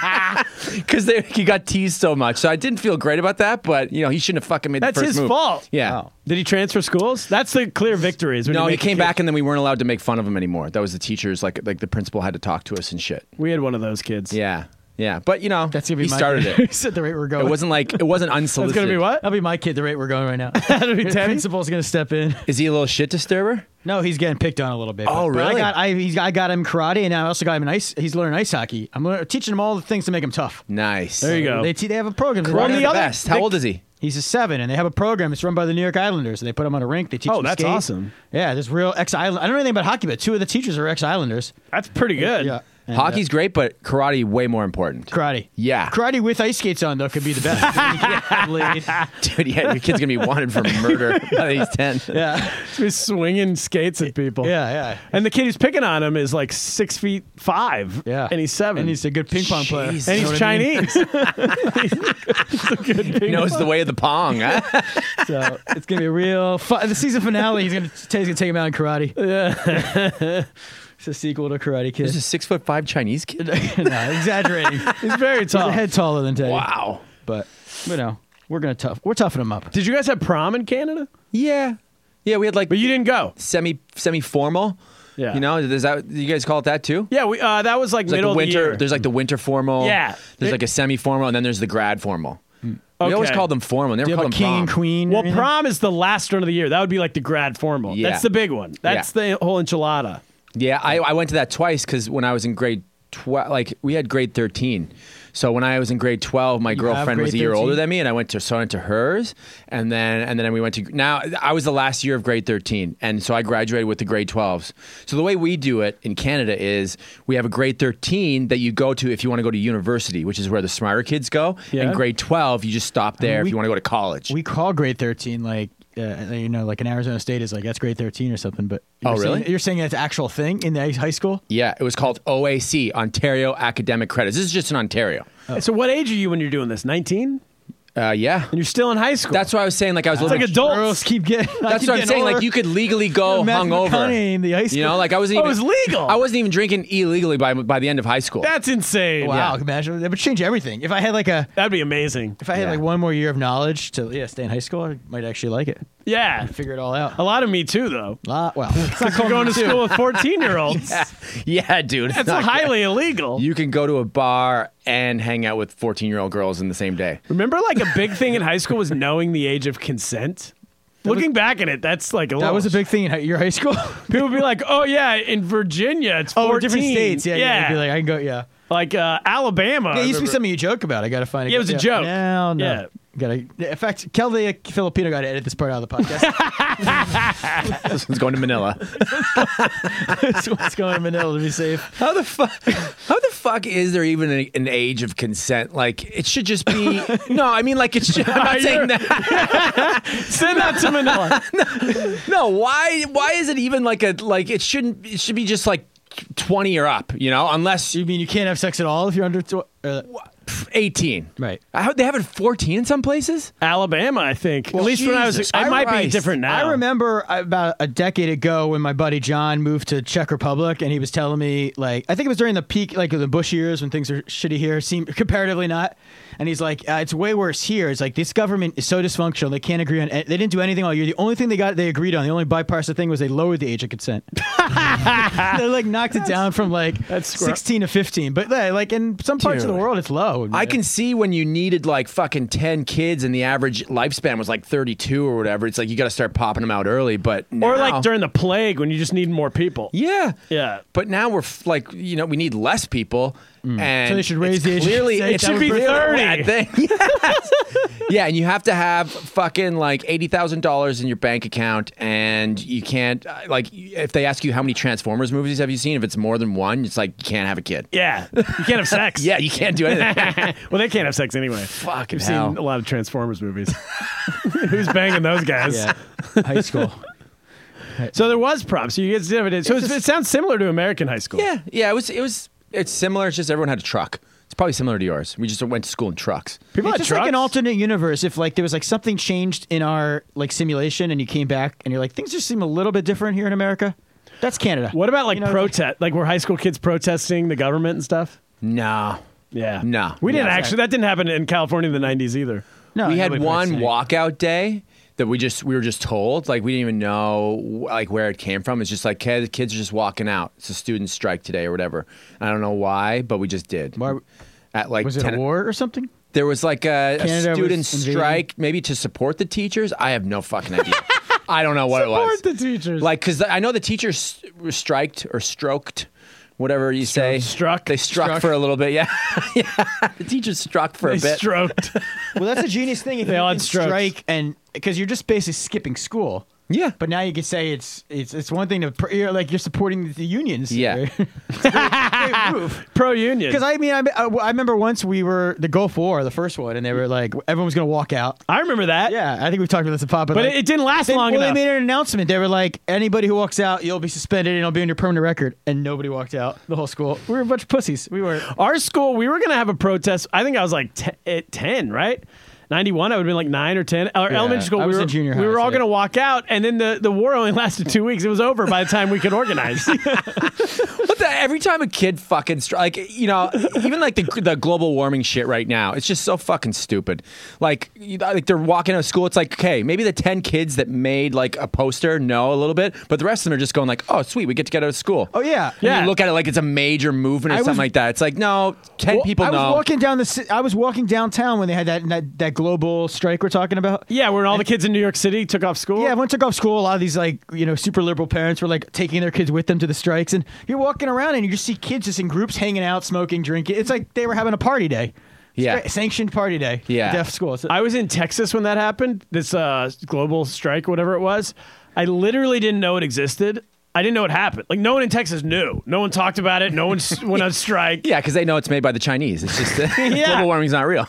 S6: because they, he got teased so much. So I didn't feel great about that, but you know he shouldn't have fucking made
S3: That's
S6: the first
S3: his
S6: move.
S3: fault.
S6: Yeah.
S3: Did he transfer schools? That's the clear victory. Is when
S6: No,
S3: you
S6: he
S3: make a
S6: came
S3: kid-
S6: back and then we weren't allowed to make fun of him anymore. That was the teachers, like like the principal had to talk to us and shit.
S3: We had one of those kids.
S6: Yeah, yeah. But you know,
S4: That's gonna be
S6: he
S4: my
S6: started
S4: kid.
S6: it.
S4: He's at the rate we're
S6: It
S4: going.
S6: wasn't like it wasn't
S3: That's
S6: unsolicited.
S3: gonna be what?
S4: That'll be my kid. The rate we're going right now.
S3: That'll be
S4: The
S3: Teddy?
S4: Principal's gonna step in.
S6: Is he a little shit disturber?
S4: No, he's getting picked on a little bit.
S6: Oh,
S4: but- but
S6: really?
S4: I got I, he's, I got him karate, and I also got him an ice. He's learning ice hockey. I'm learning, teaching him all the things to make him tough.
S6: Nice.
S3: There you go.
S4: They te- they have a program.
S3: Well,
S6: One
S3: the
S6: of the
S3: other-
S6: best. How
S3: the-
S6: old is he?
S4: He's a seven, and they have a program. It's run by the New York Islanders. They put him on a rink. They teach.
S3: Oh,
S4: him
S3: that's
S4: skate.
S3: awesome.
S4: Yeah, there's real ex island. I don't know anything about hockey, but two of the teachers are ex islanders.
S3: That's pretty good.
S4: Yeah, And, uh,
S6: Hockey's great, but karate way more important.
S4: karate.
S6: Yeah.
S4: karate with ice skates on though could be the best. yeah.
S6: Dude, yeah, your kid's gonna be wanted for murder by the he's ten.
S4: yeah,
S3: He's swinging skates at people.
S4: yeah,
S3: And the kid who's picking on him is like six feet five.
S4: yeah.
S3: And he's seven.
S4: And he's a good ping pong player.
S6: Jesus.
S3: And
S4: You know
S3: he's
S4: what I mean?
S3: Chinese. He's a good
S6: He
S3: big-
S6: knows the way of the pong. huh?
S4: So it's gonna be a real fun. The season finale. He's gonna Teddy's gonna take him out in karate. Yeah, it's a sequel to Karate Kid.
S6: There's a six foot five Chinese kid.
S4: no, exaggerating. He's
S3: He's very tall.
S4: a head taller than Teddy.
S6: Wow.
S4: But you know, we're gonna tough. We're toughing him up.
S3: Did you guys have prom in Canada?
S6: Yeah. Yeah, we had like
S3: But you didn't go.
S6: semi semi formal.
S3: Yeah.
S6: You know, is that you guys call it that too?
S3: Yeah, we uh, that was like
S6: There's like
S3: middle
S6: the winter.
S3: of the year.
S6: There's like the winter formal.
S3: Yeah. Hmm.
S6: There's like a semi formal, and then there's the grad formal. We always
S3: Okay.
S6: called them formal. Never
S4: Do you have
S6: called
S4: a
S6: them
S4: king
S6: prom.
S4: and queen? or
S3: Well,
S4: anything?
S3: prom is the last one of the year. That would be like the grad formal.
S6: Yeah.
S3: That's the big one. That's the whole enchilada.
S6: Yeah, I, I went to that twice because when I was in grade twelve, like we had grade thirteen. So when I was in grade twelve, my girlfriend was a
S4: grade
S6: year
S4: 13?
S6: older than me, and I went to so I went to hers, and then and then we went to now I was the last year of grade thirteen, and so I graduated with the grade twelves. So the way we do it in Canada is we have a grade thirteen that you go to if you want to go to university, which is where the smarter kids go,
S3: Yeah.
S6: and grade twelve you just stop there if
S4: we-
S6: you want to go to college.
S4: we call grade thirteen like. Uh, you know, like in Arizona State is like that's grade thirteen or something, but
S6: Oh,
S4: you're
S6: really?
S4: Saying, you're saying that's an actual thing in the high school?
S6: yeah, it was called OAC, Ontario Academic Credits. This is just in Ontario.
S3: So what age are you when you're doing this? 19? And
S6: Uh, yeah.
S3: you're still in high school.
S6: That's why I was saying like I was
S3: it's
S6: living
S3: like adults. Oh,
S4: Girls keep getting.
S6: That's what I'm saying. Like you could legally go
S4: Matthew McConaughey
S6: hungover.
S4: in the high school.
S6: You know, like I
S3: Oh,
S6: wasn't.
S3: it
S6: Even,
S3: was legal.
S6: I wasn't even drinking illegally by by the end of high school.
S3: That's insane.
S4: Wow,
S3: Yeah.
S4: imagine that would change everything. If I had like a,
S3: That'd be amazing.
S4: if I had
S6: Yeah.
S4: like one more year of knowledge to yeah stay in high school, I might actually like it.
S3: Yeah.
S4: Figure it all out.
S3: A lot of me too, though.
S4: Ah, well, it's not
S3: You're
S4: called
S3: going to school with 14 year olds.
S6: yeah, dude. It's
S3: That's
S6: not
S3: highly
S6: good.
S3: illegal.
S6: You can go to a bar and hang out with 14 year old girls in the same day.
S3: Remember, like a big thing in high school was knowing the age of consent. Looking back at it, that's like a
S4: that
S3: little-
S4: was a big thing in hi- your high school.
S3: People would be like, "Oh yeah, in Virginia, it's 14.
S4: oh, different states. Yeah, yeah.
S3: yeah.
S4: you'd Be like I can go. Yeah,
S3: like uh, Alabama.
S4: yeah. It used to be
S3: remember.
S4: something you joke about. I gotta find.
S3: Yeah, it was a joke.
S4: Now, no.
S3: Yeah.
S4: Gotta. In fact, Kelly uh, Filipino got to edit this part out of the podcast.
S6: This one's going to Manila.
S4: so it's going to Manila to be safe.
S6: How the fuck? How the fuck is there even an, an age of consent? Like it should just be. no, I mean like it's. I'm not saying that.
S3: Send that to Manila.
S6: No, why? Why is it even like a like? It shouldn't. It should be just like 20 or up. You know, unless
S4: You mean you can't have sex at all if you're under? Tw- uh,
S6: 18.
S4: Right.
S6: I hope they have it 14 in some places.
S3: Alabama, I think. At least when I was,
S6: Jesus,
S3: I
S6: I
S3: might be
S6: rise.
S3: different now.
S4: I remember about a decade ago when my buddy John moved to Czech Republic, and he was telling me like I think it was during the peak, like the Bush years when things are shitty here, seem comparatively not. And he's like, uh, it's way worse here. It's like this government is so dysfunctional; they can't agree on. They didn't do anything all year. The only thing they got, they agreed on, the only bipartisan thing was they lowered the age of consent. they like knocked it down from like
S3: That's squir-
S4: sixteen to fifteen, but yeah, like in some parts of the
S6: Dude.
S4: world, it's low.
S6: I can see when you needed like fucking 10 kids and the average lifespan was like 32 or whatever. It's like you got to start popping them out early. But now,
S3: or like during the plague when you just need more people.
S6: yeah,
S3: Yeah.
S6: But now we're f- like you know we need less people, and
S4: Mm. So they should raise
S6: it's
S4: the age of
S6: clearly
S4: consent.
S6: it's
S4: That would
S6: clearly
S3: be 30.
S6: a bad thing. Yes. yeah, and you have to have fucking like eighty thousand dollars in your bank account, and you can't uh, like if they ask you how many Transformers movies have you seen, if it's more than one, it's like you can't have a kid.
S3: Yeah. You can't have sex.
S6: Yeah, you can't do anything.
S3: well, they can't have sex anyway.
S6: Fucking
S3: We've
S6: hell.
S3: seen a lot of Transformers movies. Who's banging those guys?
S4: yeah, high school.
S3: So there was prom. So you guys did have it. So it's, it sounds similar to American high school.
S6: Yeah, yeah. It was. It was. It's similar. It's just everyone had a truck. It's probably similar to yours. We just went to school in trucks.
S3: People
S4: it's
S3: had
S4: just
S3: trucks.
S4: like an alternate universe. If like there was like something changed in our like simulation, and you came back, and you're like things just seem a little bit different here in America. That's Canada.
S3: What about like
S4: You know,
S3: protest? Like were high school kids protesting the government and stuff?
S6: No.
S3: Yeah.
S6: No.
S3: We didn't
S6: Yeah.
S3: actually. That didn't happen in California in the 90s either.
S4: No,
S6: we had
S4: nobody
S6: one
S4: participated.
S6: walkout day that we just we were just told like we didn't even know like where it came from. It's just like kids, kids are just walking out. It's a student strike today or whatever. I don't know why, but we just did.
S4: Why-
S6: At like
S4: Was it
S6: 10
S4: a war or something?
S6: There was like a, a
S4: Canada was
S6: student
S4: invading?
S6: strike, maybe to support the teachers. I have no fucking idea. I don't know what it was.
S3: Support the teachers.
S6: Like, because I know the teachers s- were striked or stroked, whatever you say.
S3: Struck.
S6: They struck, for a little bit. Yeah. yeah. The teachers struck for
S3: They
S6: a bit.
S3: stroked.
S4: Well, that's a genius thing. If
S3: They
S4: you
S3: all
S4: can
S3: had strokes.
S4: strike and because you're just basically skipping school.
S6: yeah.
S4: But now you could say it's it's it's one thing to pr- you're like you're supporting the unions.
S6: Yeah.
S3: Pro union.
S4: Because I mean, I, I, I remember once we were the Gulf War, the first one, and they were like, everyone was going to walk out.
S3: I remember that.
S4: Yeah, I think we've talked about this in pop, but,
S3: But
S4: like,
S3: it- it didn't last
S4: they,
S3: long
S4: well,
S3: enough.
S4: they made an announcement. They were like, anybody who walks out, you'll be suspended and it'll be on your permanent record. And nobody walked out. The whole school. We were a bunch of pussies. We were.
S3: Our school, we were going to have a protest. I think I was like te- at 10, right? 91, I would have been like 9 or 10. Our elementary school,
S4: I was
S3: we, were,
S4: in junior
S3: we
S4: high,
S3: were all
S4: so-
S3: going to walk out, and then the, the war only lasted two weeks. It was over by the time we could organize.
S6: But the, every time a kid fucking stri- like you know even like the the global warming shit right now, it's just so fucking stupid. Like you, like they're walking out of school, it's like okay, maybe the ten kids that made like a poster know a little bit, but the rest of them are just going like, oh sweet, we get to get out of school.
S4: Oh, yeah.
S6: And
S3: Yeah.
S6: You look at it like it's a major movement or
S4: I was-
S6: something like that. It's like no, ten
S4: Well,
S6: people
S4: I
S6: know.
S4: was walking down the. ci- I was walking downtown when they had that that, that global strike we're talking about.
S3: yeah, when all the kids in New York City took off school.
S4: Yeah, everyone took off school. A lot of these like you know super liberal parents were like taking their kids with them to the strikes, and you're walking around and you just see kids just in groups hanging out, smoking, drinking. It's like they were having a party day.
S6: Yeah.
S4: Stra- sanctioned party day.
S6: Yeah.
S4: deaf school. It's-
S3: I was in Texas when that happened, this uh, global strike, whatever it was. I literally didn't know it existed. I didn't know it happened. Like, no one in Texas knew. No one talked about it. No one s- went on strike.
S6: yeah, because they know it's made by the Chinese. It's just
S3: Yeah.
S6: global warming's not real.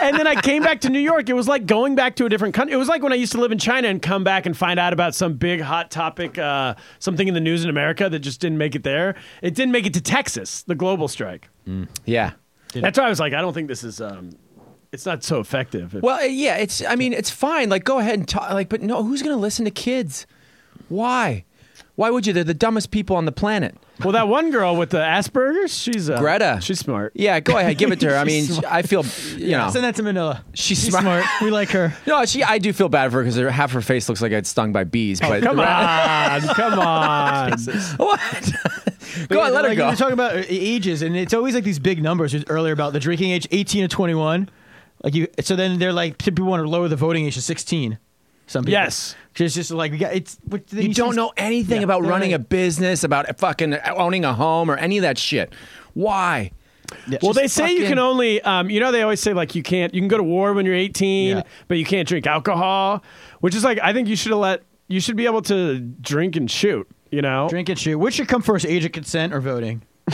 S3: And then I came back to New York. It was like going back to a different country. It was like when I used to live in China and come back and find out about some big hot topic, uh, something in the news in America that just didn't make it there. It didn't make it to Texas, the global strike.
S6: yeah.
S3: That's why I was like, I don't think this is. Um, it's not so effective.
S6: Well, uh, yeah, it's. I mean, it's fine. Like, go ahead and talk. Like, but no, who's going to listen to kids? Why? Why would you? They're the dumbest people on the planet.
S3: well, that one girl with the Asperger's, she's uh,
S6: Greta.
S3: She's smart.
S6: Yeah, go ahead, give it to her. I mean,
S4: She's
S6: I feel, you know,
S4: Send that to Manila.
S6: She's
S4: She's
S6: smart.
S4: smart. we like her.
S6: no, she. I do feel bad for her because half her face looks like it's stung by bees. Oh, But
S3: Come on, come on.
S6: what? go on, let her
S4: like,
S6: go.
S4: We're talking about uh, ages, and it's always like these big numbers just earlier about the drinking age, eighteen to twenty-one. Like you, so then they're like people want to lower the voting age to sixteen. Some people.
S3: Yes.
S4: just just like we got it's. what- then
S6: you don't
S4: see-
S6: know anything
S4: Yeah.
S6: about
S4: They're
S6: running a
S4: like-
S6: business, about fucking owning a home, or any of that shit. Why?
S3: Well, they say you
S6: fucking-
S3: can only, um, you know, they always say like you can't, you can go to war when you're 18,
S4: Yeah.
S3: but you can't drink alcohol, which is like I think you should have let, you should be able to drink and shoot, you know.
S4: Drink and shoot. Which should come first, age of consent or voting?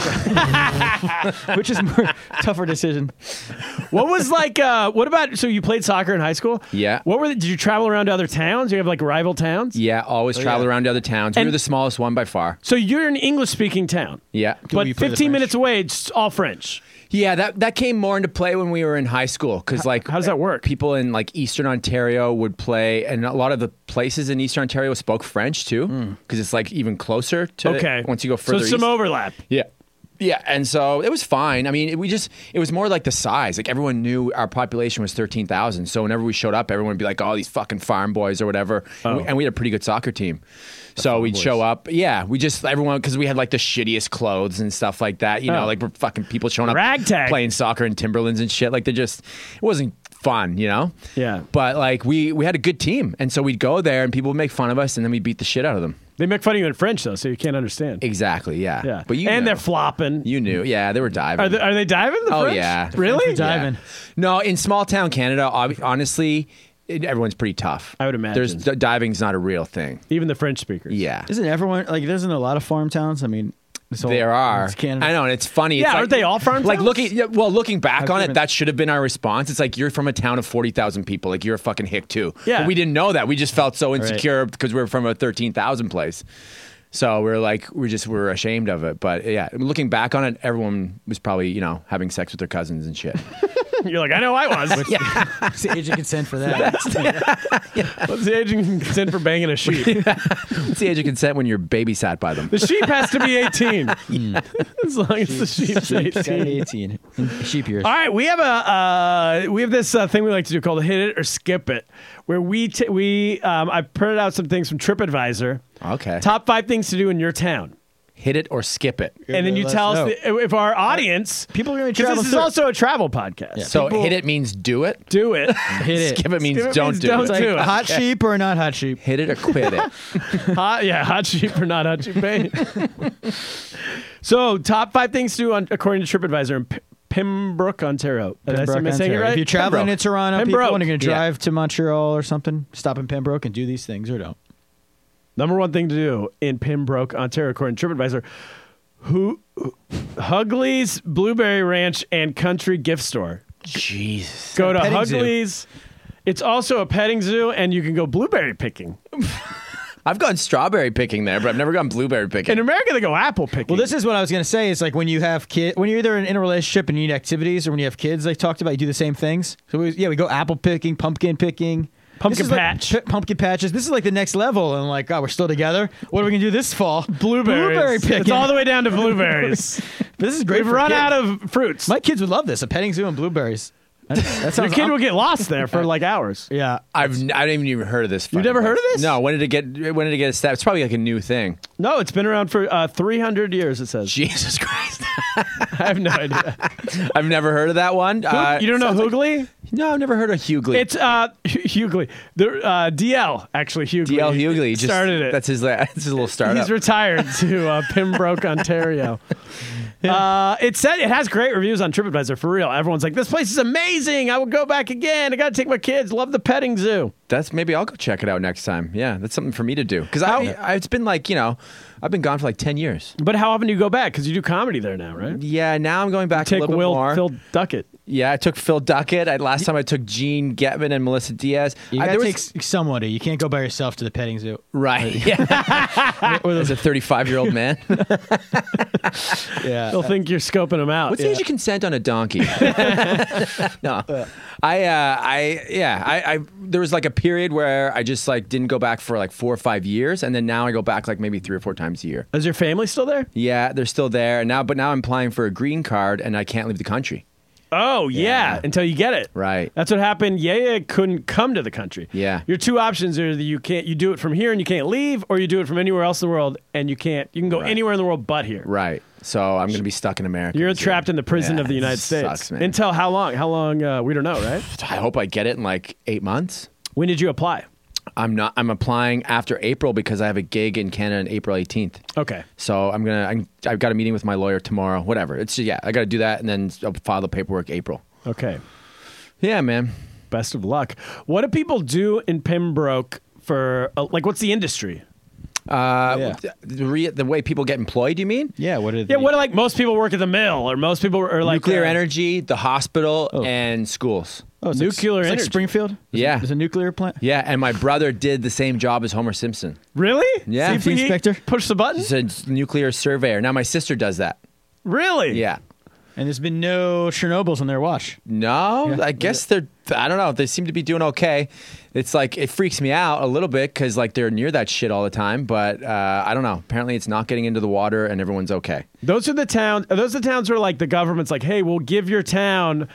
S4: Which is more tougher decision?
S3: What was like, uh, what about? So you played soccer in high school?
S6: Yeah.
S3: What were? The, did you travel around to other towns? You have like rival towns?
S6: Oh, Yeah, always travel around to other towns. we
S3: And-
S6: were the smallest one by far.
S3: So you're an English speaking town.
S6: Yeah,
S3: But
S4: you play the
S3: 15
S4: French?
S3: minutes away, it's all French.
S6: Yeah, that that came more into play when we were in high school because like
S3: how does that work?
S6: People in like Eastern Ontario would play, and a lot of the places in Eastern Ontario spoke French too because it's like even closer to
S3: Hmm. Okay.
S6: once you go
S3: so
S6: further.
S3: some
S6: east.
S3: overlap.
S6: yeah. Yeah, and so it was fine. I mean, it, we just it was more like the size. Like everyone knew our population was thirteen thousand, so whenever we showed up, everyone would be like, "Oh, these fucking farm boys" or whatever. And,
S3: Oh.
S6: we, and we had a pretty good soccer team, so we'd show up. Yeah, we just everyone because we had like the shittiest clothes and stuff like that. You
S3: Oh.
S6: know, like we're fucking people showing up
S3: Ragtag.
S6: playing soccer in Timberlands and shit. Like they just it wasn't fun, you know.
S3: Yeah.
S6: But like we we had a good team, and so we'd go there, and people would make fun of us, and then we beat the shit out of them.
S3: They make fun of you in French though, so you can't understand.
S6: Exactly. Yeah.
S3: Yeah.
S6: But you
S3: and
S6: know.
S3: they're flopping.
S6: You knew, yeah. They were diving.
S3: Are they, are they diving? The
S6: Oh,
S3: French?
S6: yeah. The
S3: really?
S4: French are diving.
S6: No, in small town Canada, ob- honestly, it, everyone's pretty tough.
S3: I would imagine.
S6: There's d- diving's not a real thing.
S3: Even the French speakers.
S6: Yeah.
S4: Isn't everyone like? There's not a lot of farm towns. I mean, this whole-
S6: There are.
S4: It's Canada.
S6: I know, and it's funny. It's
S3: Yeah,
S6: like-
S3: aren't they all farm
S6: Like
S3: towns?
S6: looking, yeah, well, looking back on
S4: driven-
S6: it, that should have been our response. It's like you're from a town of forty thousand people. Like you're a fucking hick too.
S3: Yeah.
S6: But we didn't know that. We just felt so insecure because we were from a thirteen thousand place. So we are like, we just we are ashamed of it. But yeah, looking back on it, everyone was probably you know having sex with their cousins and shit.
S3: You're like, I know I was.
S4: What's the age of consent for that?
S3: What's the age of consent for banging a sheep?
S6: It's the age of consent when you're babysat by them.
S3: The sheep has to be 18. as long as the sheep's 18.
S4: 18. Sheep years.
S3: All right, we have a uh, we have this uh, thing we like to do called "Hit It or Skip It," where we t- we um, I printed out some things from TripAdvisor.
S6: Okay.
S3: Top five things to do in your town,
S6: Hit it or skip it.
S3: and then you
S4: let
S3: tell
S4: us Uh,
S3: us the, if our audience
S4: People are gonna
S3: 'cause
S4: travel
S3: This is
S4: through.
S3: also a travel podcast.
S6: So
S4: People-
S6: hit it means do it.
S3: Do it.
S4: Hit it.
S6: Skip it means
S3: Skip it
S6: don't
S3: means
S6: do
S3: don't
S6: it.
S3: do it.
S4: Hot sheep or not hot sheep?
S6: Hit it or quit it.
S3: hot, yeah, hot sheep or not hot sheep. babe. so, top five things to do on, according to TripAdvisor in P- Pembroke, Ontario. Did I say- am I saying it
S4: Ontario.
S3: right?
S4: If you're traveling
S6: Pembroke.
S4: to Toronto,
S3: Pembroke.
S4: people and you're going to
S6: Yeah.
S4: drive to Montreal or something, stop in Pembroke and do these things or don't.
S3: Number one thing to do in Pembroke, Ontario, according to TripAdvisor, who, Hugley's Blueberry Ranch and Country Gift Store.
S6: Jesus.
S3: Go to
S4: petting zoo.
S3: Hugley's. It's also a petting zoo, and you can go blueberry picking.
S6: I've gone strawberry picking there, but I've never gone blueberry picking.
S3: In America, they go apple picking.
S4: Well, this is what I was going to say. Is like when you have kid, when you're either in, in a relationship and you need activities, or when you have kids, like talked about, you do the same things. So we, yeah, we go apple picking, pumpkin picking,
S3: Pumpkin
S4: This is like-
S3: patch.
S4: pi- pumpkin patches. This is like the next level, and like, God, we're still together. What are we going to do this fall?
S3: blueberries.
S4: blueberry picking.
S3: It's all the way down to blueberries.
S4: This is great.
S3: We've
S4: for
S3: run
S4: kids.
S3: out of fruits.
S4: My kids would love this. A petting zoo and blueberries. That, that
S3: Your
S4: sounds.
S3: kid will get lost there for like hours.
S4: yeah.
S6: I've n- I haven't even heard of this. You've
S4: never heard of this?
S6: No. When did it get? When did it get established? It's probably like a new thing.
S3: No, it's been around for uh, 300 years, it says.
S6: Jesus Christ!
S3: I have no idea.
S6: I've never heard of that one. Uh,
S3: you don't know Hoogley?
S6: No, I've never heard of Hughley.
S3: It's uh Hu- Hughley. The uh, DL actually Hughley.
S6: DL Hughley. Just,
S3: started it.
S6: That's his. la- That's his little startup.
S3: He's retired to uh, Pembroke, Ontario. Uh, it said it has great reviews on TripAdvisor for real. Everyone's like, "This place is amazing. I will go back again. I got to take my kids. Love the petting zoo."
S6: That's maybe I'll go check it out next time. Yeah, that's something for me to do because I, I it's been like you know I've been gone for like ten years.
S3: But how often do you go back? Because you do comedy there now, right?
S6: Yeah, now I'm going back a
S3: Take
S6: little
S3: Will
S6: bit more.
S3: Phil Duckett.
S6: yeah, I took Phil Duckett. I, last time I took Gene Getman and Melissa Diaz.
S4: You
S6: I,
S4: gotta
S6: there was-
S4: take s- somebody. You can't go by yourself to the petting zoo.
S6: right. Yeah, as a 35 year old man.
S4: Yeah. Uh,
S3: They'll think you're scoping them out.
S6: What's the age of consent on a donkey? no, I, uh, I, yeah, I, I, there was like a period where I just like didn't go back for like four or five years, and then now I go back like maybe three or four times a year.
S3: Is your family still there?
S6: Yeah, they're still there and now, but now I'm applying for a green card and I can't leave the country.
S3: Oh yeah, until you get it.
S6: Right.
S3: That's what happened. Yaya couldn't come to the country.
S6: Yeah.
S3: Your two options are that you can't you do it from here and you can't leave, or you do it from anywhere else in the world and you can't you can go
S6: Right.
S3: anywhere in the world but here.
S6: Right. So I'm going to be stuck in America.
S3: You're trapped in the prison
S6: Yeah,
S3: of the United
S6: sucks,
S3: States.
S6: man.
S3: Until how long? How long uh, we don't know, right?
S6: I hope I get it in like eight months.
S3: When did you apply?
S6: I'm not. I'm applying after April because I have a gig in Canada on April 18th.
S3: Okay.
S6: So I'm gonna. I'm, I've got a meeting with my lawyer tomorrow. Whatever. It's yeah. I got to do that and then I'll file the paperwork April.
S3: Okay.
S6: Yeah, man.
S3: Best of luck. What do people do in Pembroke for uh, like what's the industry?
S6: Uh,
S4: Yeah.
S6: the, re, the way people get employed, you mean?
S4: Yeah. What are
S3: Yeah,
S4: the-
S3: what do, like most people work at the mill or most people are like
S6: Nuclear
S3: uh, Oh.
S6: energy, the hospital, and schools.
S4: Oh, it's
S3: Nuclear
S4: like, it's
S3: energy.
S4: Like Springfield? There's
S6: Yeah.
S4: A, there's a nuclear plant.
S6: Yeah, and my brother did the same job as Homer Simpson.
S3: Really?
S6: Yeah.
S3: CPE?
S4: The inspector?
S3: Push the button?
S6: He's a nuclear surveyor. Now my sister does that.
S3: Really?
S6: Yeah.
S4: And there's been no Chernobyls on their watch.
S6: No,
S4: Yeah.
S6: I guess they're. I don't know. They seem to be doing okay. It's like it freaks me out a little bit because like they're near that shit all the time. But uh, I don't know. Apparently, it's not getting into the water, and everyone's okay.
S3: Those are the towns. Those are the towns where like the government's like, hey, we'll give your town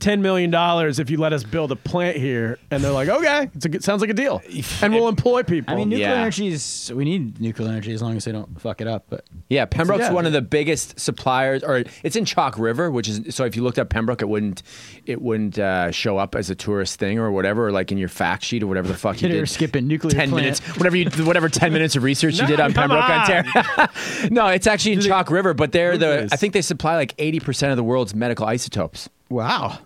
S3: ten million dollars if you let us build a plant here, and they're like, okay, it's a good, sounds like a deal, and we'll employ people.
S4: I mean, nuclear
S6: yeah.
S4: energy is. We need nuclear energy as long as they don't fuck it up. But
S6: Yeah, Pembroke's
S3: yeah.
S6: one of the biggest suppliers, or it's in Chalk River, which is so. If you looked up Pembroke, it wouldn't, it wouldn't uh, show up as a tourist thing or whatever, or like in your fact sheet or whatever the fuck you
S4: Hit it or
S6: did.
S4: skip it, nuclear
S6: ten
S4: plant.
S6: minutes, whatever you, whatever ten minutes of research you
S3: No,
S6: did on
S3: come
S6: Pembroke,
S3: on.
S6: Ontario. no, it's actually in Chalk River, but they're the.
S3: Goodness.
S6: I think they supply like eighty percent of the world's medical isotopes.
S4: wow,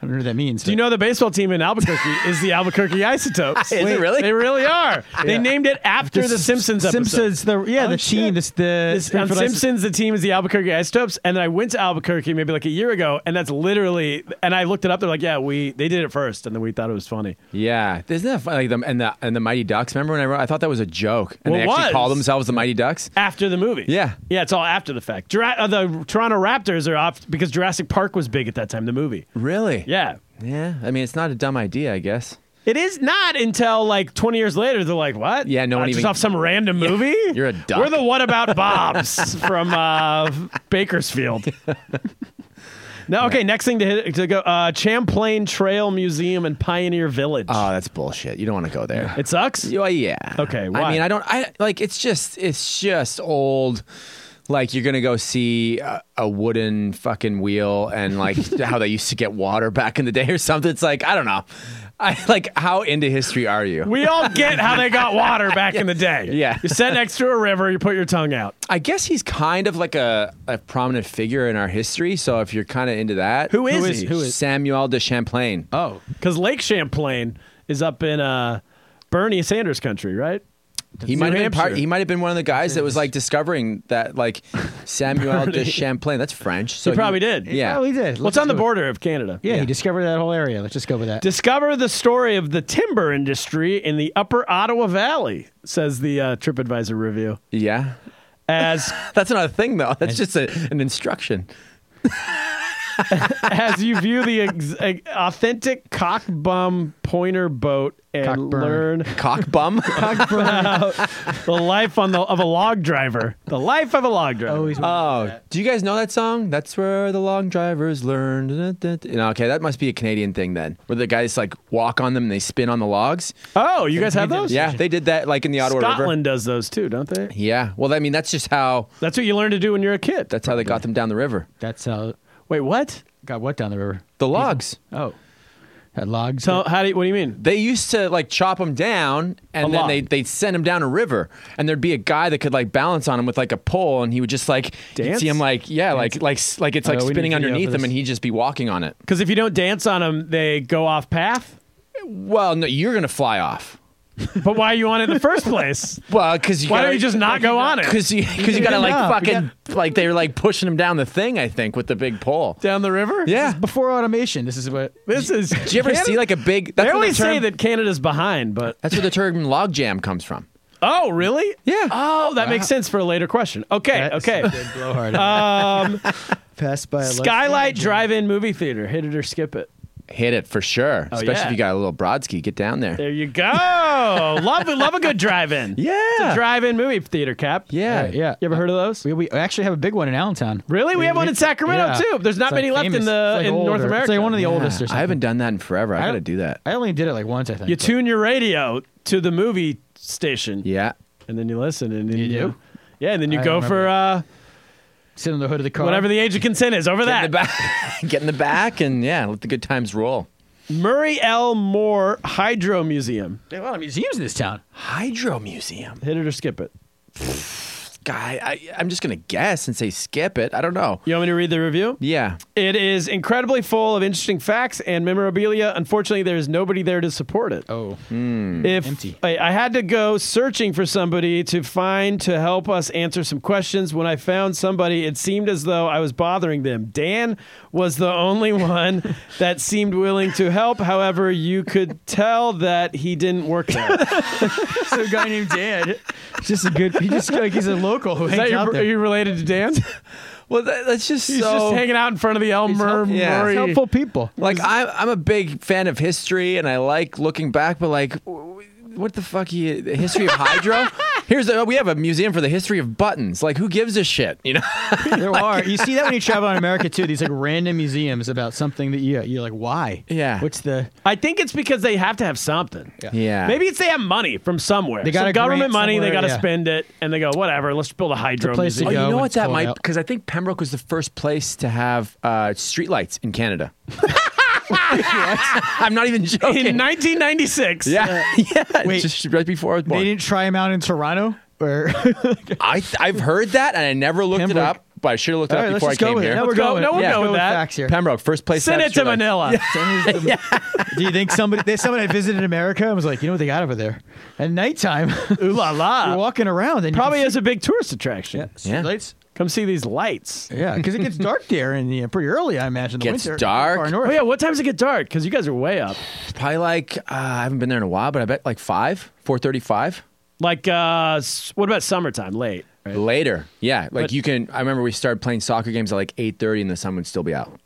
S4: don't know what that means.
S3: Do you know the baseball team in Albuquerque is the Albuquerque Isotopes?
S6: Is it Wait. really?
S3: They really are. They named it after the, Simpsons episode. Oh,
S4: Simpsons, the yeah, the team, this um, the
S3: This- on
S4: Springfield Ice-
S3: um, Simpsons, the team is the Albuquerque Isotopes, and then I went to Albuquerque maybe like a year ago, and that's literally. And I looked it up. They're like, "Yeah, we they did it first, and then we thought it was funny."
S6: Yeah, isn't that funny? Like the, and the and the Mighty Ducks. Remember when I wrote? I thought that was a joke, and
S3: Well,
S6: they
S3: it
S6: actually
S3: was.
S6: call themselves the Mighty Ducks.
S3: After the movie,
S6: Yeah.
S3: yeah, it's all after the fact. Jura- uh, the Toronto Raptors are off because Jurassic Park was big at that time. The movie,
S6: Really?
S3: yeah,
S6: Yeah. I mean, it's not a dumb idea, I guess.
S3: it is not until like 20 years later they're like, "What?
S6: Yeah, no
S3: Uh,
S6: one
S3: just
S6: even-
S3: off some random movie.
S6: You're a duck.
S3: We're the What About Bobs from uh, Bakersfield." No, okay. Next thing to hit to go uh, Champlain Trail Museum and Pioneer Village.
S6: Oh, that's bullshit. You don't want to go there.
S3: It sucks.
S6: Oh yeah.
S3: Okay,
S6: I
S3: why?
S6: mean, I don't. I like. It's just. It's just old. Like you're gonna go see a, a wooden fucking wheel and like how they used to get water back in the day or something. It's like I don't know. I like how into history are you?
S3: We all get how they got water back in the day.
S6: Yeah.
S3: You sit next to a river, you put your tongue out.
S6: I guess he's kind of like a, a prominent figure in our history. So if you're kind of into that,
S3: Who is he? Who is-
S6: Samuel de Champlain?
S3: Oh. Because Lake Champlain is up in uh, Bernie Sanders country, right?
S6: he might have
S3: New
S6: been part.
S3: Hampshire.
S6: He might have been one of the guys that was like discovering that like Samuel de Champlain. That's French. So
S3: he probably did.
S6: Yeah.
S4: Oh, he did.
S3: Well, it's on the
S4: Let's do it.
S3: border of Canada.
S4: Yeah, he discovered that whole area. Let's just go with that.
S3: Discover the story of the timber industry in the upper Ottawa Valley, says the uh, TripAdvisor review.
S6: Yeah.
S3: As
S6: That's not a thing, though. That's just a, an instruction.
S3: as you view the ex- eh, authentic cockbum pointer boat and
S4: Cockburn.
S3: learn
S6: Cock bum.
S3: the life on the, of a log driver. The life of a log driver.
S4: Always
S6: oh, do you guys know that song? That's where the long drivers learn. Da, da, da. No, okay, that must be a Canadian thing then, where the guys like walk on them and they spin on the logs.
S3: Oh, you guys have those?
S6: Yeah, they did that like in the Ottawa River.
S3: Scotland does those too, don't they?
S6: Yeah. Well, I mean, that's just how
S3: That's what you learn to do when you're a kid.
S6: that's how they got them down the river.
S4: that's how
S3: Wait, what?
S4: got what down the river.
S6: The logs.
S4: Oh, had logs.
S3: So how do you, what do you mean?
S6: They used to like chop them down and
S3: A
S6: then
S3: log.
S6: they they'd send them down a river and there'd be a guy that could like balance on him with like a pole and he would just like you'd
S3: Dance?
S6: see him like yeah like like s- like it's like
S4: Oh, we need
S6: spinning
S4: video for
S6: underneath him
S4: this.
S6: and he'd just be walking on it.
S3: Because if you don't dance on them, they go off path.
S6: Well, no, you're gonna fly off.
S3: But why are you on it in the first place?
S6: Well, because you
S3: Why
S6: gotta,
S3: don't you just not go on it?
S6: because you because you gotta like
S4: Yeah, you
S6: fucking like they were like pushing him down the thing. I think with the big pole.
S3: Down the river?
S6: Yeah.
S4: Before automation, this is what
S3: This is.
S6: Did you ever see like a big?
S3: They
S6: That's where
S3: always
S6: the term,
S3: say that Canada's behind, but
S6: That's where the term log jam comes from.
S3: oh, really?
S6: Yeah.
S3: Oh, that makes sense for a later question. Okay,
S4: That's
S3: okay.
S4: a good blowhard. Um, passed by a light-
S3: Skylight Drive-In Movie Theater. Hit it or skip it.
S6: Hit it for sure, especially
S3: Oh, yeah.
S6: if you got a little Brodsky. Get down there.
S3: There you go. love, love a good drive-in.
S6: Yeah.
S3: It's a drive-in movie theater, Cap.
S6: yeah.
S4: Yeah, yeah.
S3: You ever heard of those?
S4: We, we actually have a big one in Allentown.
S3: Really? We have one in Sacramento
S4: Yeah.
S3: too. There's not
S4: It's, like,
S3: many left
S4: famous.
S3: in the
S4: It's, like,
S3: in North
S4: older.
S3: America.
S4: It's like one of the
S6: Yeah.
S4: oldest or something.
S6: I haven't done that in forever.
S4: I
S6: I, gotta
S4: don't-
S6: do that.
S4: I only did it like once, I think.
S3: You
S4: but-
S3: tune your radio to the movie station,
S6: Yeah.
S3: and then you listen, and then you,
S4: do?
S3: yeah, and then you
S4: I
S3: go
S4: remember
S3: for uh,
S4: sit on the hood of the car.
S3: whatever the age of consent is. Over
S6: Get in
S3: that,
S6: the back. Get in the back and yeah, let the good times roll.
S3: Murray L. Moore Hydro Museum.
S4: There are a lot of museums in this town.
S6: Hydro Museum.
S3: Hit it or skip it.
S6: Guy, I, I'm just gonna guess and say skip it. I don't know.
S3: You want me to read the review?
S6: Yeah.
S3: It is incredibly full of interesting facts and memorabilia. Unfortunately, there is nobody there to support it.
S4: Oh,
S3: if
S4: empty.
S3: I, I had to go searching for somebody to find to help us answer some questions. When I found somebody, it seemed as though I was bothering them. Dan was the only one that seemed willing to help. However, you could tell that he didn't work there. Is
S4: some guy named Dan. Just a good. He just like he's a local who
S3: that
S4: hangs
S3: your-
S4: out
S3: are
S4: there.
S3: you related to Dan?
S6: Well, that, that's just
S3: He's
S6: so.
S3: just hanging out in front of the Elmer
S6: helpful. Yeah.
S3: Murray.
S4: Helpful people.
S6: like I'm, I'm a big fan of history and I like looking back, but like, w- w- what the fuck? You, the history of hydro. Here's the, we have a museum for the history of buttons. Like, who gives a shit? You know.
S4: There are. You see that when you travel in America too. These like random museums about something that you you're like, why?
S6: Yeah.
S4: What's the?
S3: I think it's because they have to have something.
S6: Yeah.
S3: Maybe it's they have money from somewhere. They
S4: got
S3: got
S4: a
S3: government
S4: grant
S3: money. They
S4: somewhere,
S3: got to
S4: yeah.
S3: spend it, and they go whatever. Let's build a hydro
S4: place to
S3: museum.
S6: Oh,
S4: go
S6: you know
S4: when
S6: what
S4: it's
S6: that
S4: cold
S6: might
S4: out.
S6: because I think Pembroke was the first place to have uh, streetlights in Canada. I'm not even joking.
S3: In 1996.
S6: yeah, yeah.
S4: Wait.
S6: just right before I was
S4: They
S6: born.
S4: didn't try him out in Toronto or
S6: I th- I've heard that and I never looked it
S4: Pembroke.
S6: up. but I should have looked it
S4: All
S6: up
S4: right, let's
S6: before I
S4: just go
S6: came
S4: with it.
S6: here.
S4: No, we're
S3: go-
S4: going.
S3: no, we'll
S4: yeah,
S6: go
S4: go
S6: with
S4: with
S3: that.
S4: facts here.
S6: Pembroke, first place.
S3: Send it
S6: tax
S3: to
S6: relief.
S3: Manila.
S4: Do you think somebody? There's someone that visited America and was like, you know what they got over there? At nighttime,
S3: Ooh la
S4: you're
S3: la.
S4: walking around and
S3: Uh, Probably
S4: you
S3: is a big tourist attraction.
S6: Yeah.
S4: lights.
S3: Come see these lights.
S4: Yeah, because it gets dark there and you know, pretty early, I imagine. The
S6: Gets
S4: winter,
S6: dark.
S4: Far north.
S3: Oh yeah, what time's it get dark? Because you guys are way up.
S6: It's probably like uh, I haven't been there in a while, but I bet like five, four thirty-five.
S3: Like, uh, s- what about summertime? Late.
S6: Later, yeah. Like
S3: But-
S6: you can. I remember we started playing soccer games at like eight thirty, and the sun would still be out.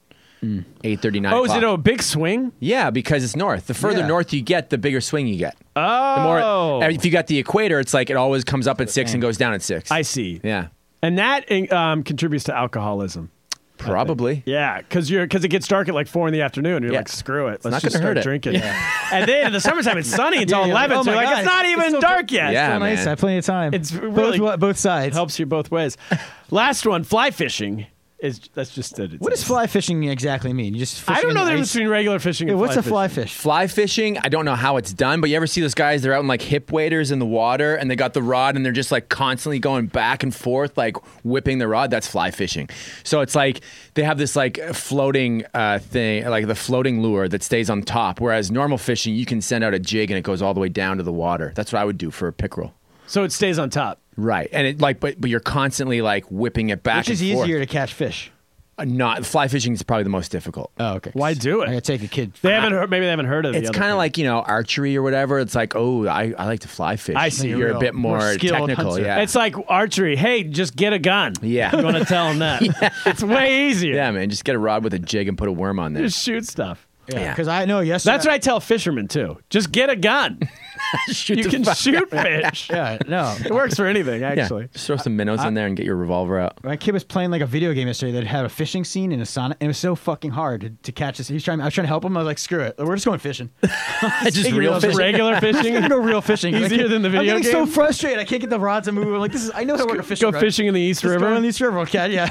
S4: Mm.
S6: Eight thirty nine.
S3: Oh, is it a big swing?
S6: Yeah, because it's north. The further
S4: Yeah.
S6: north you get, the bigger swing you get.
S3: Oh,
S6: The more, and if you got the equator, it's like it always comes up at six and goes down at six.
S3: I see.
S6: Yeah,
S3: And that um, contributes to alcoholism.
S6: probably.
S3: Yeah, because you're because it gets dark at like four in the afternoon. You're
S6: Yeah.
S3: like, screw it, let's
S6: not
S3: just
S6: gonna
S3: start
S6: hurt it.
S3: drinking. And then in the summertime, it's sunny until
S4: Yeah, you're like,
S3: eleven.
S4: oh
S3: so
S4: my
S3: you're like,
S4: God,
S3: it's not
S4: it's
S3: even
S4: still
S3: dark yet.
S6: Yeah,
S4: so nice.
S6: man.
S4: I have plenty of time.
S3: It's really-
S4: both, wa- both sides.
S3: It helps you both ways. Last one, fly fishing is that's just it.
S4: What does fly fishing exactly mean? You just
S3: I
S4: fishing
S3: don't
S4: in
S3: know the
S4: the
S3: difference
S4: ice?
S3: between regular fishing
S4: Yeah,
S3: and
S4: what's
S3: fly
S4: a fly
S3: fishing.
S4: fish?
S6: Fly fishing, I don't know how it's done, but you ever see those guys? They're out in like hip waders in the water and they got the rod and they're just like constantly going back and forth, like whipping the rod. That's fly fishing. So it's like they have this like floating uh, thing, like the floating lure that stays on top. Whereas normal fishing, you can send out a jig and it goes all the way down to the water. That's what I would do for a pickerel.
S3: So it stays on top.
S6: Right. And it like, but, but you're constantly like whipping it back
S4: Which is
S6: and forth.
S4: easier to catch fish?
S6: Uh, Not fly fishing is probably the most difficult.
S4: Oh, okay.
S3: Why do it?
S4: I gotta take a kid.
S3: They haven't heard. Maybe they haven't heard of. the
S6: It's
S3: other
S6: kind of
S3: thing.
S6: like you know archery or whatever. It's like oh, I, I like to fly fish.
S3: I see.
S6: You're
S4: Real-
S6: a bit
S4: more
S6: more,
S4: skilled
S6: technical.
S4: hunter.
S6: Yeah,
S3: It's like archery. Hey, just get a gun.
S6: Yeah.
S3: You want to tell them that? It's way easier.
S6: yeah, man. Just get a rod with a jig and put a worm on there.
S3: Just shoot stuff.
S6: Yeah.
S4: Because I know yesterday.
S3: That's what I tell fishermen too. Just get a gun.
S6: Shoot
S3: You
S6: the
S3: can
S6: fu-
S3: shoot fish.
S4: Yeah, no.
S3: It works for anything,
S6: Yeah.
S3: actually.
S6: Just throw some minnows in there and get your revolver out.
S4: My kid was playing like a video game yesterday that had a fishing scene in a sauna. and It was so fucking hard to, to catch this. He was trying. I was trying to help him. I was like, "Screw it, we're just going fishing."
S6: just
S4: real
S6: real
S3: Just
S6: fish.
S3: regular fishing.
S4: no real fishing. 'cause I
S3: Easier
S4: can't-
S3: than the video
S4: I'm getting
S3: game?
S4: so frustrated. I can't get the rods to move. I'm like, "This is. I know how to work a fishing
S3: Go
S4: rod.
S3: fishing in the East
S4: Just
S3: River.
S4: Go in the East River. Okay, yeah.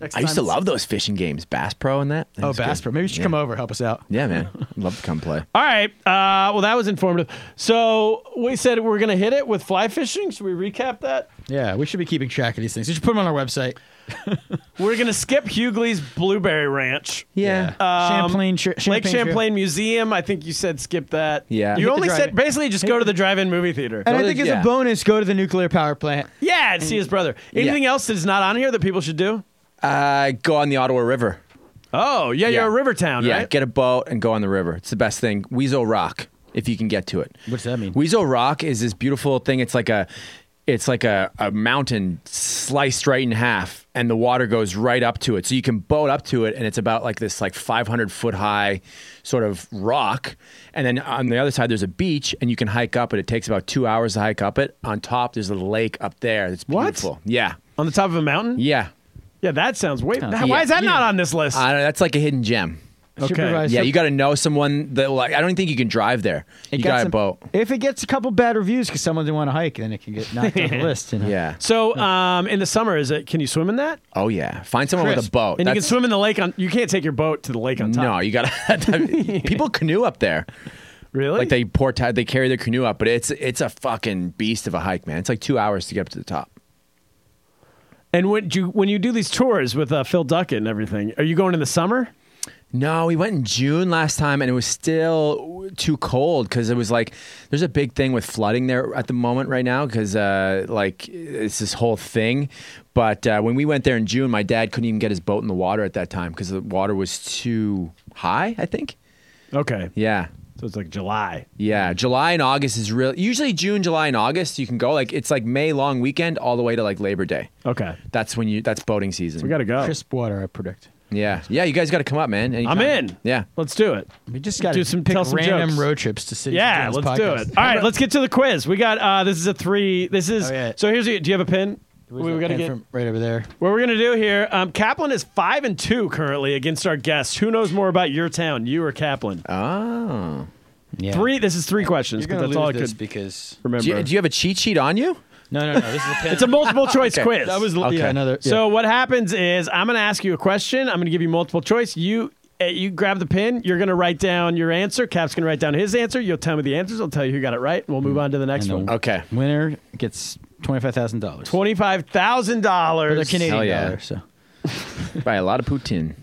S4: Next
S6: I used to
S4: time.
S6: love those fishing games, Bass Pro and that. That
S4: Oh,
S6: was good.
S4: Bass Pro. Maybe you should
S6: yeah.
S4: come over help us out.
S6: Yeah, man. I'd love to come play.
S3: All right. Uh, well, that was informative. So we said we're going to hit it with fly fishing. Should we recap that?
S4: Yeah, we should be keeping track of these things. We should put them on our website.
S3: We're going to skip Hughley's Blueberry Ranch.
S6: Yeah.
S4: Uh, Champlain, tri-
S3: Um, Lake
S4: Trail.
S3: Champlain Museum. I think you said skip that.
S6: Yeah. Hit
S3: You
S6: the
S3: only
S4: drive-in.
S3: said basically just go to the drive-in movie theater.
S4: And I
S6: Go to-
S4: think as
S6: yeah.
S4: a bonus, go to the nuclear power plant.
S3: Yeah, and see his brother. Anything else that is not on here that people should do?
S6: Uh, go on the Ottawa River.
S3: Oh, yeah,
S6: Yeah.
S3: you're a river town,
S6: Yeah,
S3: right?
S6: get a boat and go on the river. It's the best thing. Weasel Rock, if you can get to it.
S4: What's that mean?
S6: Weasel Rock is this beautiful thing. It's like a, it's like a, a mountain sliced right in half, and the water goes right up to it. So you can boat up to it, and it's about like this like 500 foot high sort of rock. And then on the other side, there's a beach, and you can hike up it. It takes about two hours to hike up it. On top, there's a lake up there. That's
S3: What?
S6: beautiful. Yeah,
S3: on the top of a mountain?
S6: yeah.
S3: Yeah, that sounds way. Why
S6: yeah.
S3: is that not on this list?
S6: I don't know, that's like a hidden gem.
S4: Supervised.
S6: Yeah,
S4: So-
S6: you got to know someone that like. I don't think you can drive there.
S4: It
S6: you
S4: got
S6: got a
S4: some-
S6: boat.
S4: If it gets a couple bad reviews because someone didn't want to hike, then it can get knocked off the list. You know?
S6: Yeah.
S3: so, um, in the summer, is it? Can you swim in that?
S6: Oh yeah. Find someone with
S4: Chris,
S6: a boat.
S3: And you can
S6: That's-
S3: swim in the lake on. You can't take your boat to the lake on top.
S6: No, you got to. people canoe up there.
S3: really.
S6: Like they pour ti- they carry their canoe up, but it's it's a fucking beast of a hike, man. It's like two hours to get up to the top.
S3: and when you when you do these tours with uh, Phil Duckett and everything, are you going in the summer?
S6: No, we went in June last time, and it was still too cold because it was like there's a big thing with flooding there at the moment right now because uh, like it's this whole thing. But uh, when we went there in June, my dad couldn't even get his boat in the water at that time because the water was too high. I think.
S3: Okay,
S6: Yeah,
S3: so it's like July.
S6: yeah. July and August is real. Usually June, July, and August you can go. Like it's like May long weekend all the way to like Labor Day.
S3: Okay,
S6: That's when you. That's boating season.
S3: we got to go.
S4: Crisp water, I predict.
S6: yeah, yeah. You guys got to come up, man.
S3: I'm
S6: anytime.
S3: in.
S6: Yeah.
S3: let's do it.
S4: We just got
S3: Do
S4: to
S3: some-
S4: pick
S3: tell some
S4: random
S3: jokes.
S4: road trips to cities.
S3: Yeah,
S4: and
S3: let's
S4: towns
S3: do
S4: podcast.
S3: it. All right, let's get to the quiz. We got uh, this is a three. This is
S4: Oh, yeah.
S3: so here's the, do you have a pin?
S4: Where's
S3: we
S4: that
S3: we gotta
S4: pen
S3: get
S4: from? right over there.
S3: what we're gonna do here. Um, Kaplan is five and two currently against our guests. Who knows more about your town, you or Kaplan?
S6: Oh.
S4: Yeah.
S3: Three. This is three questions.
S4: Uh, You're
S3: but
S4: gonna
S3: that's
S4: lose
S3: all I
S4: this
S3: could
S4: because
S3: remember.
S6: Do you, do you have a cheat sheet on you?
S4: no, no, no. This is a pen.
S3: it's a multiple choice quiz.
S4: that was
S6: Okay.
S4: yeah, another.
S3: So what happens is I'm going to ask you a question. I'm going to give you multiple choice. You uh, you grab the pin. You're going to write down your answer. Cap's
S4: Hmm.
S3: going to write down his answer. You'll tell me the answers. I'll tell you who got it right, and we'll move on to the next
S4: And the-
S3: one.
S6: Okay.
S4: yeah. winner gets twenty five thousand dollars.
S3: Twenty five thousand
S4: They're
S3: dollars.
S4: Canadian
S6: Hell yeah.
S4: dollars. So
S6: Buy a lot of poutine.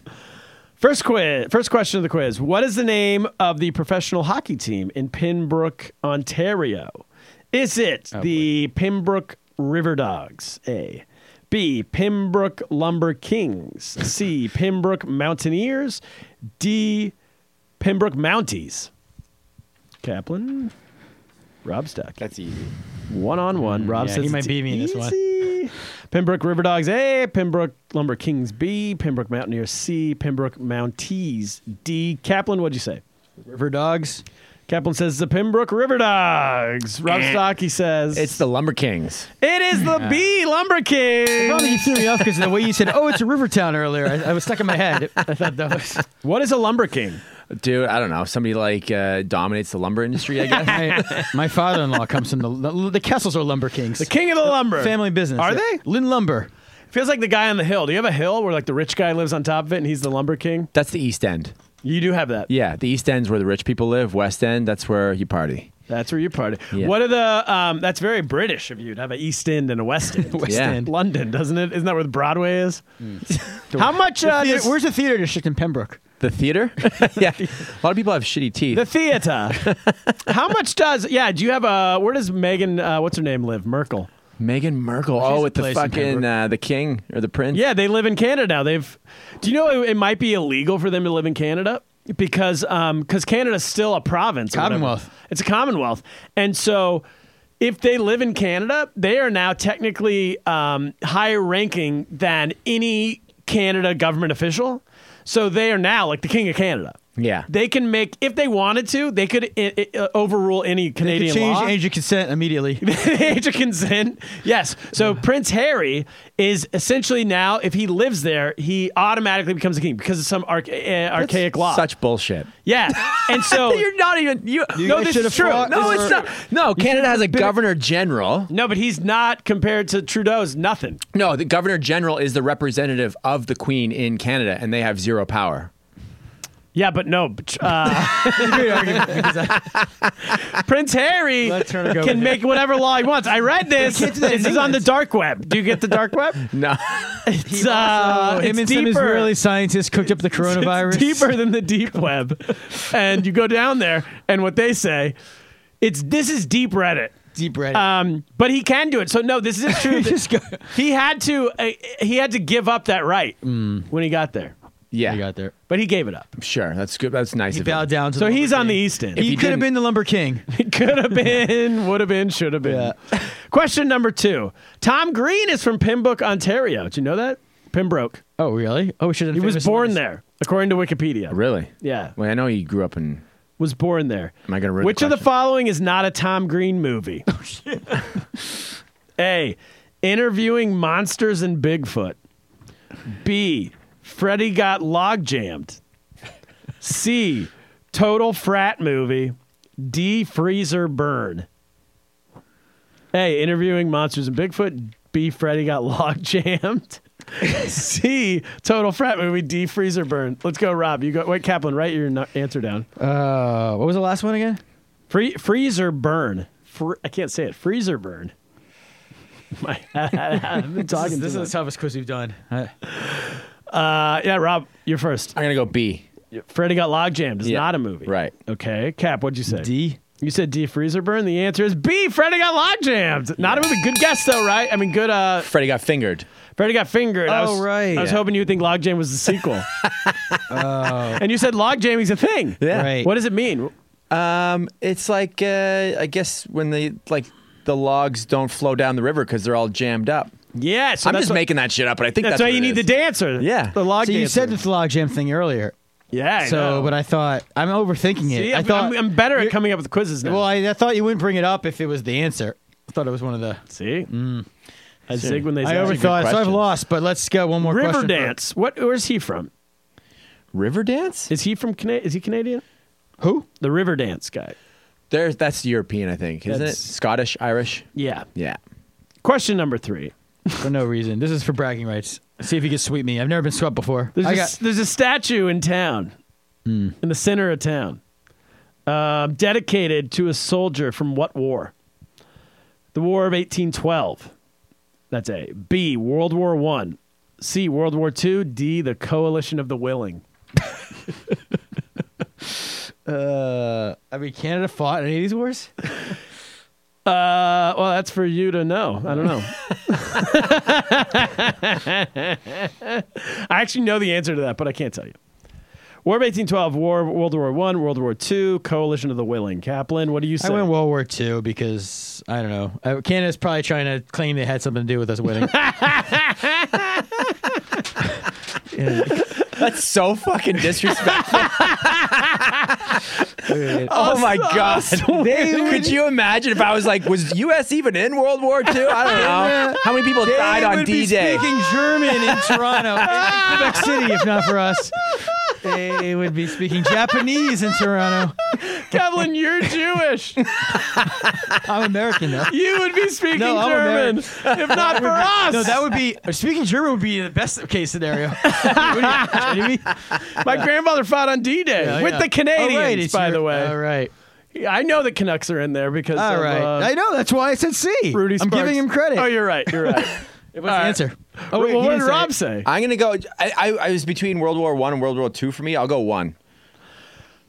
S3: First quiz. First question of the quiz. What is the name of the professional hockey team in Pembroke, Ontario? Is it the Pembroke River Dogs? A. B. Pembroke Lumber Kings. C. Pembroke Mountaineers. D. Pembroke Mounties. Kaplan. Rob Stack.
S6: That's easy.
S3: One on one. Rob
S4: yeah,
S3: says
S4: he might
S3: it's
S4: beat me in this one.
S3: easy. Pembroke River Dogs A, Pembroke Lumber Kings B, Pembroke Mountaineers C, Pembroke Mounties D. Kaplan, what'd you say?
S4: River Dogs.
S3: Kaplan says the Pembroke River Dogs. Rob Stocky says
S6: Eh. It's the Lumber Kings.
S3: it is the B Lumber
S4: Probably
S3: Kings.
S4: you threw me off because the way you said, "Oh, it's a river town" earlier. I, I was stuck in my head. I thought that was.
S3: What is a lumber king?
S6: Dude, I don't know. Somebody like uh, dominates the lumber industry, I guess.
S4: My, my father-in-law comes from the the, Kessels are lumber kings.
S3: The king of the lumber.
S4: family business.
S3: Are
S4: yeah.
S3: they?
S4: Lynn Lumber?
S3: Feels like the guy on the hill. Do you have a hill where like the rich guy lives on top of it and he's the lumber king?
S6: that's the East End.
S3: You do have that.
S6: Yeah, the East End's where the rich people live. West End, that's where you party.
S3: That's where you party.
S6: Yeah.
S3: What are the? Um, that's very British of you to have an East End and a West End.
S4: West
S6: Yeah.
S4: End.
S3: London, doesn't it? Isn't that where the Broadway is? How much?
S4: The
S3: Uh,
S4: theater-
S3: does-
S4: where's the theater district in Pembroke?
S6: The theater? yeah. A lot of people have shitty teeth.
S3: the theater? How much does? Yeah. Do you have a? Where does Megan? Uh, what's her name live? Merkel.
S6: Megan Merkel.
S4: She's
S6: Oh,
S4: a
S6: with the
S4: place in
S6: fucking
S4: Pembroke.
S6: uh, the king or the prince.
S3: Yeah, they live in Canada now. They've. Do you know it, it might be illegal for them to live in Canada because um because Canada's still a province. or whatever.
S4: Commonwealth.
S3: It's a commonwealth, and so if they live in Canada, they are now technically um, higher ranking than any Canada government official. So they are now like the king of Canada.
S6: Yeah.
S3: They can make if they wanted to, they could i i- uh, overrule any
S4: They could
S3: Canadian
S4: change
S3: law.
S4: age of consent immediately.
S3: age of consent. Yes. So Prince Harry is essentially now, if he lives there, he automatically becomes a king because of some arch- uh, archaic law.
S6: Such bullshit.
S3: yeah. And so
S6: You're not even you. no,
S4: guys
S6: this
S4: should
S6: is
S4: have
S6: true.
S4: fought-
S6: No,
S4: this
S6: it's
S4: is-
S6: not. No, Canada has a governor general.
S3: no, but he's not compared to Trudeau's nothing.
S6: No, the governor general is the representative of the queen in Canada, and they have zero power.
S3: Yeah, but no. but, Uh, Prince Harry
S4: Let's turn it over
S3: can
S4: there.
S3: make whatever law he wants. I read this.
S4: can't do that in
S3: This is on the dark web. Do you get the dark web?
S6: No,
S3: It's, uh,
S4: Oh,
S3: it's
S4: him and some
S3: deeper.
S4: Israeli scientists cooked up the coronavirus.
S3: It's deeper than the deep web. And you go down there, and what they say, it's this is deep Reddit.
S4: deep red.
S3: Um, but he can do it. So no, this is true.
S4: Just go-
S3: he had to. Uh, he had to give up that right when he got there,
S4: I
S6: yeah,
S4: got there.
S3: but he gave it up.
S6: sure. That's good. That's nice
S4: He
S6: of him.
S4: bowed down to.
S3: So
S4: the
S3: he's
S4: lumber
S3: on the
S4: king.
S3: East End.
S4: He,
S6: he
S4: could have
S6: didn't-
S4: been the lumber king.
S3: It could have been, would have been, should have been. Question number two. Tom Green is from Pembroke, Ontario. Did you know that? Pembroke.
S4: Oh really? Oh, we should.
S3: He was born there, according to Wikipedia.
S6: Really?
S3: Yeah.
S6: Well, I know you grew up in.
S3: was born there.
S6: Am I gonna ruin the
S3: Which of the
S6: question? Oh,
S3: following is not a Tom Green movie? a. Interviewing monsters and Bigfoot. B. Freddy got log jammed. C. Total frat movie. D. Freezer burn. A. Interviewing monsters and Bigfoot. B. Freddy got log jammed. C. Total frat movie. D. Freezer burn. Let's go, Rob. You go. Wait, Kaplan. Write your nu- answer down.
S4: Uh, what was the last one again?
S3: Free, freezer burn. Fr- I can't say it. Freezer burn. My, I've been talking.
S4: This
S3: too
S4: is the
S3: much.
S4: toughest quiz we've done.
S3: uh, yeah, Rob, you're first.
S6: I'm gonna go B.
S3: Freddy got log jammed. It's
S6: Yeah,
S3: not a movie,
S6: right.
S3: Okay, Cap, what'd you say?
S4: D.
S3: You said D. Freezer burn. The answer is B. Freddy got log jammed. Not a movie. Good guess though, right? I mean, good. Uh,
S6: Freddie got fingered.
S3: Freddy got fingered. I
S4: Oh,
S3: was,
S4: right.
S3: I was
S4: Yeah.
S3: hoping you would think log jam was the sequel. And you said log jamming's a thing.
S6: Yeah.
S4: Oh. Right.
S3: What does it mean?
S6: Um, it's like uh, I guess when they like the logs don't flow down the river because they're all jammed up.
S3: Yeah. So
S6: I'm
S3: that's
S6: just
S3: what-
S6: making that shit up, but I think
S3: That's,
S6: that's,
S3: why
S6: what
S3: you
S6: it
S3: need the
S6: is.
S3: dancer.
S6: Yeah.
S3: The log.
S4: So you
S3: dancer.
S4: said the logjam thing earlier.
S3: Yeah. I
S4: So,
S3: know.
S4: but I thought I'm overthinking it.
S3: See,
S4: I
S3: I'm,
S4: thought
S3: I'm, I'm better at coming up with quizzes now.
S4: Well, I, I thought you wouldn't bring it up if it was the answer. I thought it was one of the.
S3: see, I zig when they
S4: Mm. I
S3: zag.
S4: overthought. it, So I've
S6: question.
S4: lost, but let's go one more
S3: River
S4: question. for-
S3: Dance. What? Where's he from?
S6: river dance.
S3: Is he from? Cana- is he Canadian?
S4: Who?
S3: The River Dance guy.
S6: There's that's European, I think, isn't
S3: That's-
S6: it? Scottish, Irish.
S3: Yeah.
S6: Yeah.
S3: Question number three.
S4: For no reason. This is for bragging rights. See if you can sweep me. I've never been swept before.
S3: There's,
S4: I
S3: a,
S4: got Hmm.
S3: there's a statue in town, in the center of Uh, town, um, dedicated to a soldier from what war? The War of 1812. That's A. B. World War One. C. World War Two. D. The Coalition of the Willing.
S4: Uh, I mean, Canada fought in any of these wars?
S3: Uh, well, that's for you to know. I don't know. I actually know the answer to that, but I can't tell you. War of 1812, War World War One, World War Two, Coalition of the Willing. Kaplan, what do you say?
S4: I went World War II because I don't know. I- Canada's probably trying to claim they had something to do with us winning.
S6: That's so fucking disrespectful. oh my god! Could you imagine if I was like, was U.S. even in World War II? I don't know. How many people died
S4: They
S6: on
S4: would be
S6: D-Day?
S4: Speaking German in Toronto, in Quebec City, if not for us. They would be speaking Japanese in Toronto.
S3: Kaplan, you're Jewish.
S4: I'm American though.
S3: You would be speaking
S4: No, I'm
S3: German if not for us.
S4: No, that would be speaking German would be the best case scenario. What are you kidding me?
S3: My grandmother fought on D-Day
S4: Yeah,
S3: with
S4: yeah.
S3: the Canadians,
S4: All right, it's
S3: by
S4: your-
S3: the
S4: All
S3: way.
S4: right.
S3: I know the Canucks are in there because
S4: All
S3: of,
S4: right.
S3: uh,
S4: I know. That's why I said C.
S3: Rudy
S4: I'm
S3: Sparks.
S4: giving him credit.
S3: Oh, you're right. You're right.
S4: What's the answer?
S3: oh,
S4: wait,
S3: well,
S4: he
S3: what did
S4: didn't say
S3: Rob
S4: it.
S3: say?
S6: I'm gonna go. I, I, I was between World War One and World War II for me. I'll go one.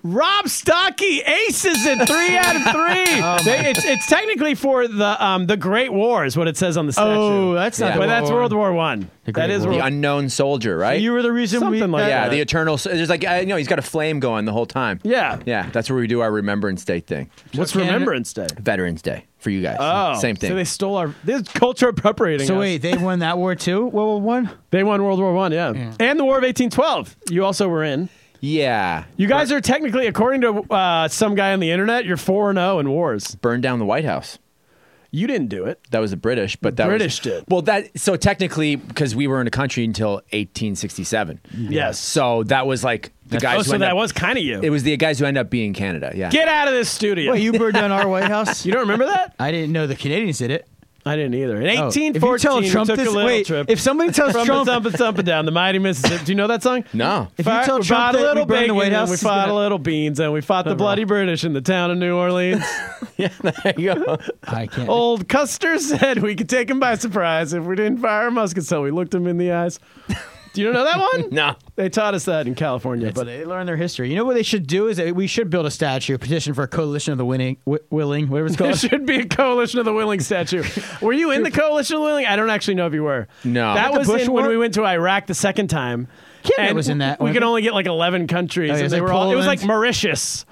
S3: Rob Stocky aces it three out of three.
S4: Oh,
S3: They- it's, it's technically for the um, the Great War is what it says on the statue.
S4: Oh, that's not.
S6: Yeah.
S4: the
S3: but that's
S4: one.
S3: World War One. That
S4: Great
S3: is
S4: War.
S6: The
S3: World.
S6: unknown soldier, right?
S4: You were the reason we.
S3: Something like
S4: that-
S3: that.
S6: yeah, the eternal. so- There's like I know he's got a flame going the whole time.
S3: Yeah.
S6: yeah. That's where we do our Remembrance Day thing,
S3: What's
S4: Canada-
S3: Remembrance Day?
S6: Veterans Day for you guys.
S3: Oh,
S6: same thing.
S3: So they stole our this is culture appropriating.
S4: So
S3: us.
S4: wait, they won that war too. World War One.
S3: they won World War One. Yeah. and the War of eighteen twelve. You also were in.
S6: yeah,
S3: You guys are technically, according to uh, some guy on the internet, you're four and zero in wars.
S6: burned down the White House.
S3: You didn't do it.
S6: That was the British, but that
S3: British
S6: was,
S3: did.
S6: Well, that so technically because we were in a country until 1867.
S3: Yes.
S6: So that was like the guys.
S3: oh,
S6: who
S3: so
S6: end
S3: that
S6: up-
S3: was kind of you.
S6: It was the guys who end up being Canada. Yeah.
S3: Get out of this studio.
S4: Wait, you burned down our White House.
S3: you don't remember that?
S4: I didn't know the Canadians did it.
S3: I didn't either. In
S4: Oh,
S3: 1814,
S4: if you tell
S3: we
S4: Trump
S3: took
S4: this,
S3: a little
S4: wait,
S3: trip.
S4: if somebody tells
S3: from
S4: Trump,
S3: the thump and thump and down the mighty Mississippi. Do you know that song?
S6: no.
S4: if you
S3: Fought-
S4: tell
S3: we
S4: Trump
S3: fought
S4: that
S3: a little
S4: we burned the
S3: bacon
S4: White
S3: and
S4: House,
S3: we
S4: he's
S3: fought
S4: gonna-
S3: a little beans, and we fought the bloody British in the town of New Orleans.
S6: There you go.
S4: I can't.
S3: Old Custer said we could take him by surprise if we didn't fire our muskets till we looked him in the eyes. Do you know that one?
S6: no.
S3: They taught us that in California,
S4: but
S3: but
S4: they learn their history. You know what they should do is that we should build a statue, a petition for a coalition of the winning, wi- willing, whatever it's
S3: there
S4: called.
S3: should be a coalition of the willing statue. Were you in the coalition of the willing? I don't actually know if you were.
S6: No.
S3: that
S6: The
S3: was
S4: Bush
S3: in, when
S4: War?
S3: we went to Iraq the second time.
S4: Canada
S3: And
S4: was in that
S3: We
S4: one.
S3: could only get like eleven countries,
S4: Oh, yeah,
S3: and
S4: it's
S3: they
S4: like
S3: were all. It was
S4: Poland.
S3: like Mauritius.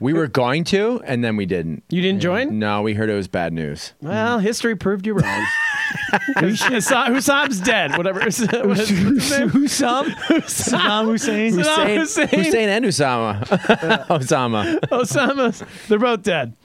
S6: We were going to, and then we didn't.
S3: You didn't join?
S6: No, we heard it was bad news.
S3: Well, history proved you wrong. Hussam, Hussam's dead. Whatever. What is his name?
S4: Hussam, Saddam Hussein.
S3: Saddam
S6: Hussein,
S3: Hussein.
S6: Hussein and Osama. Osama.
S3: Osama. They're both dead.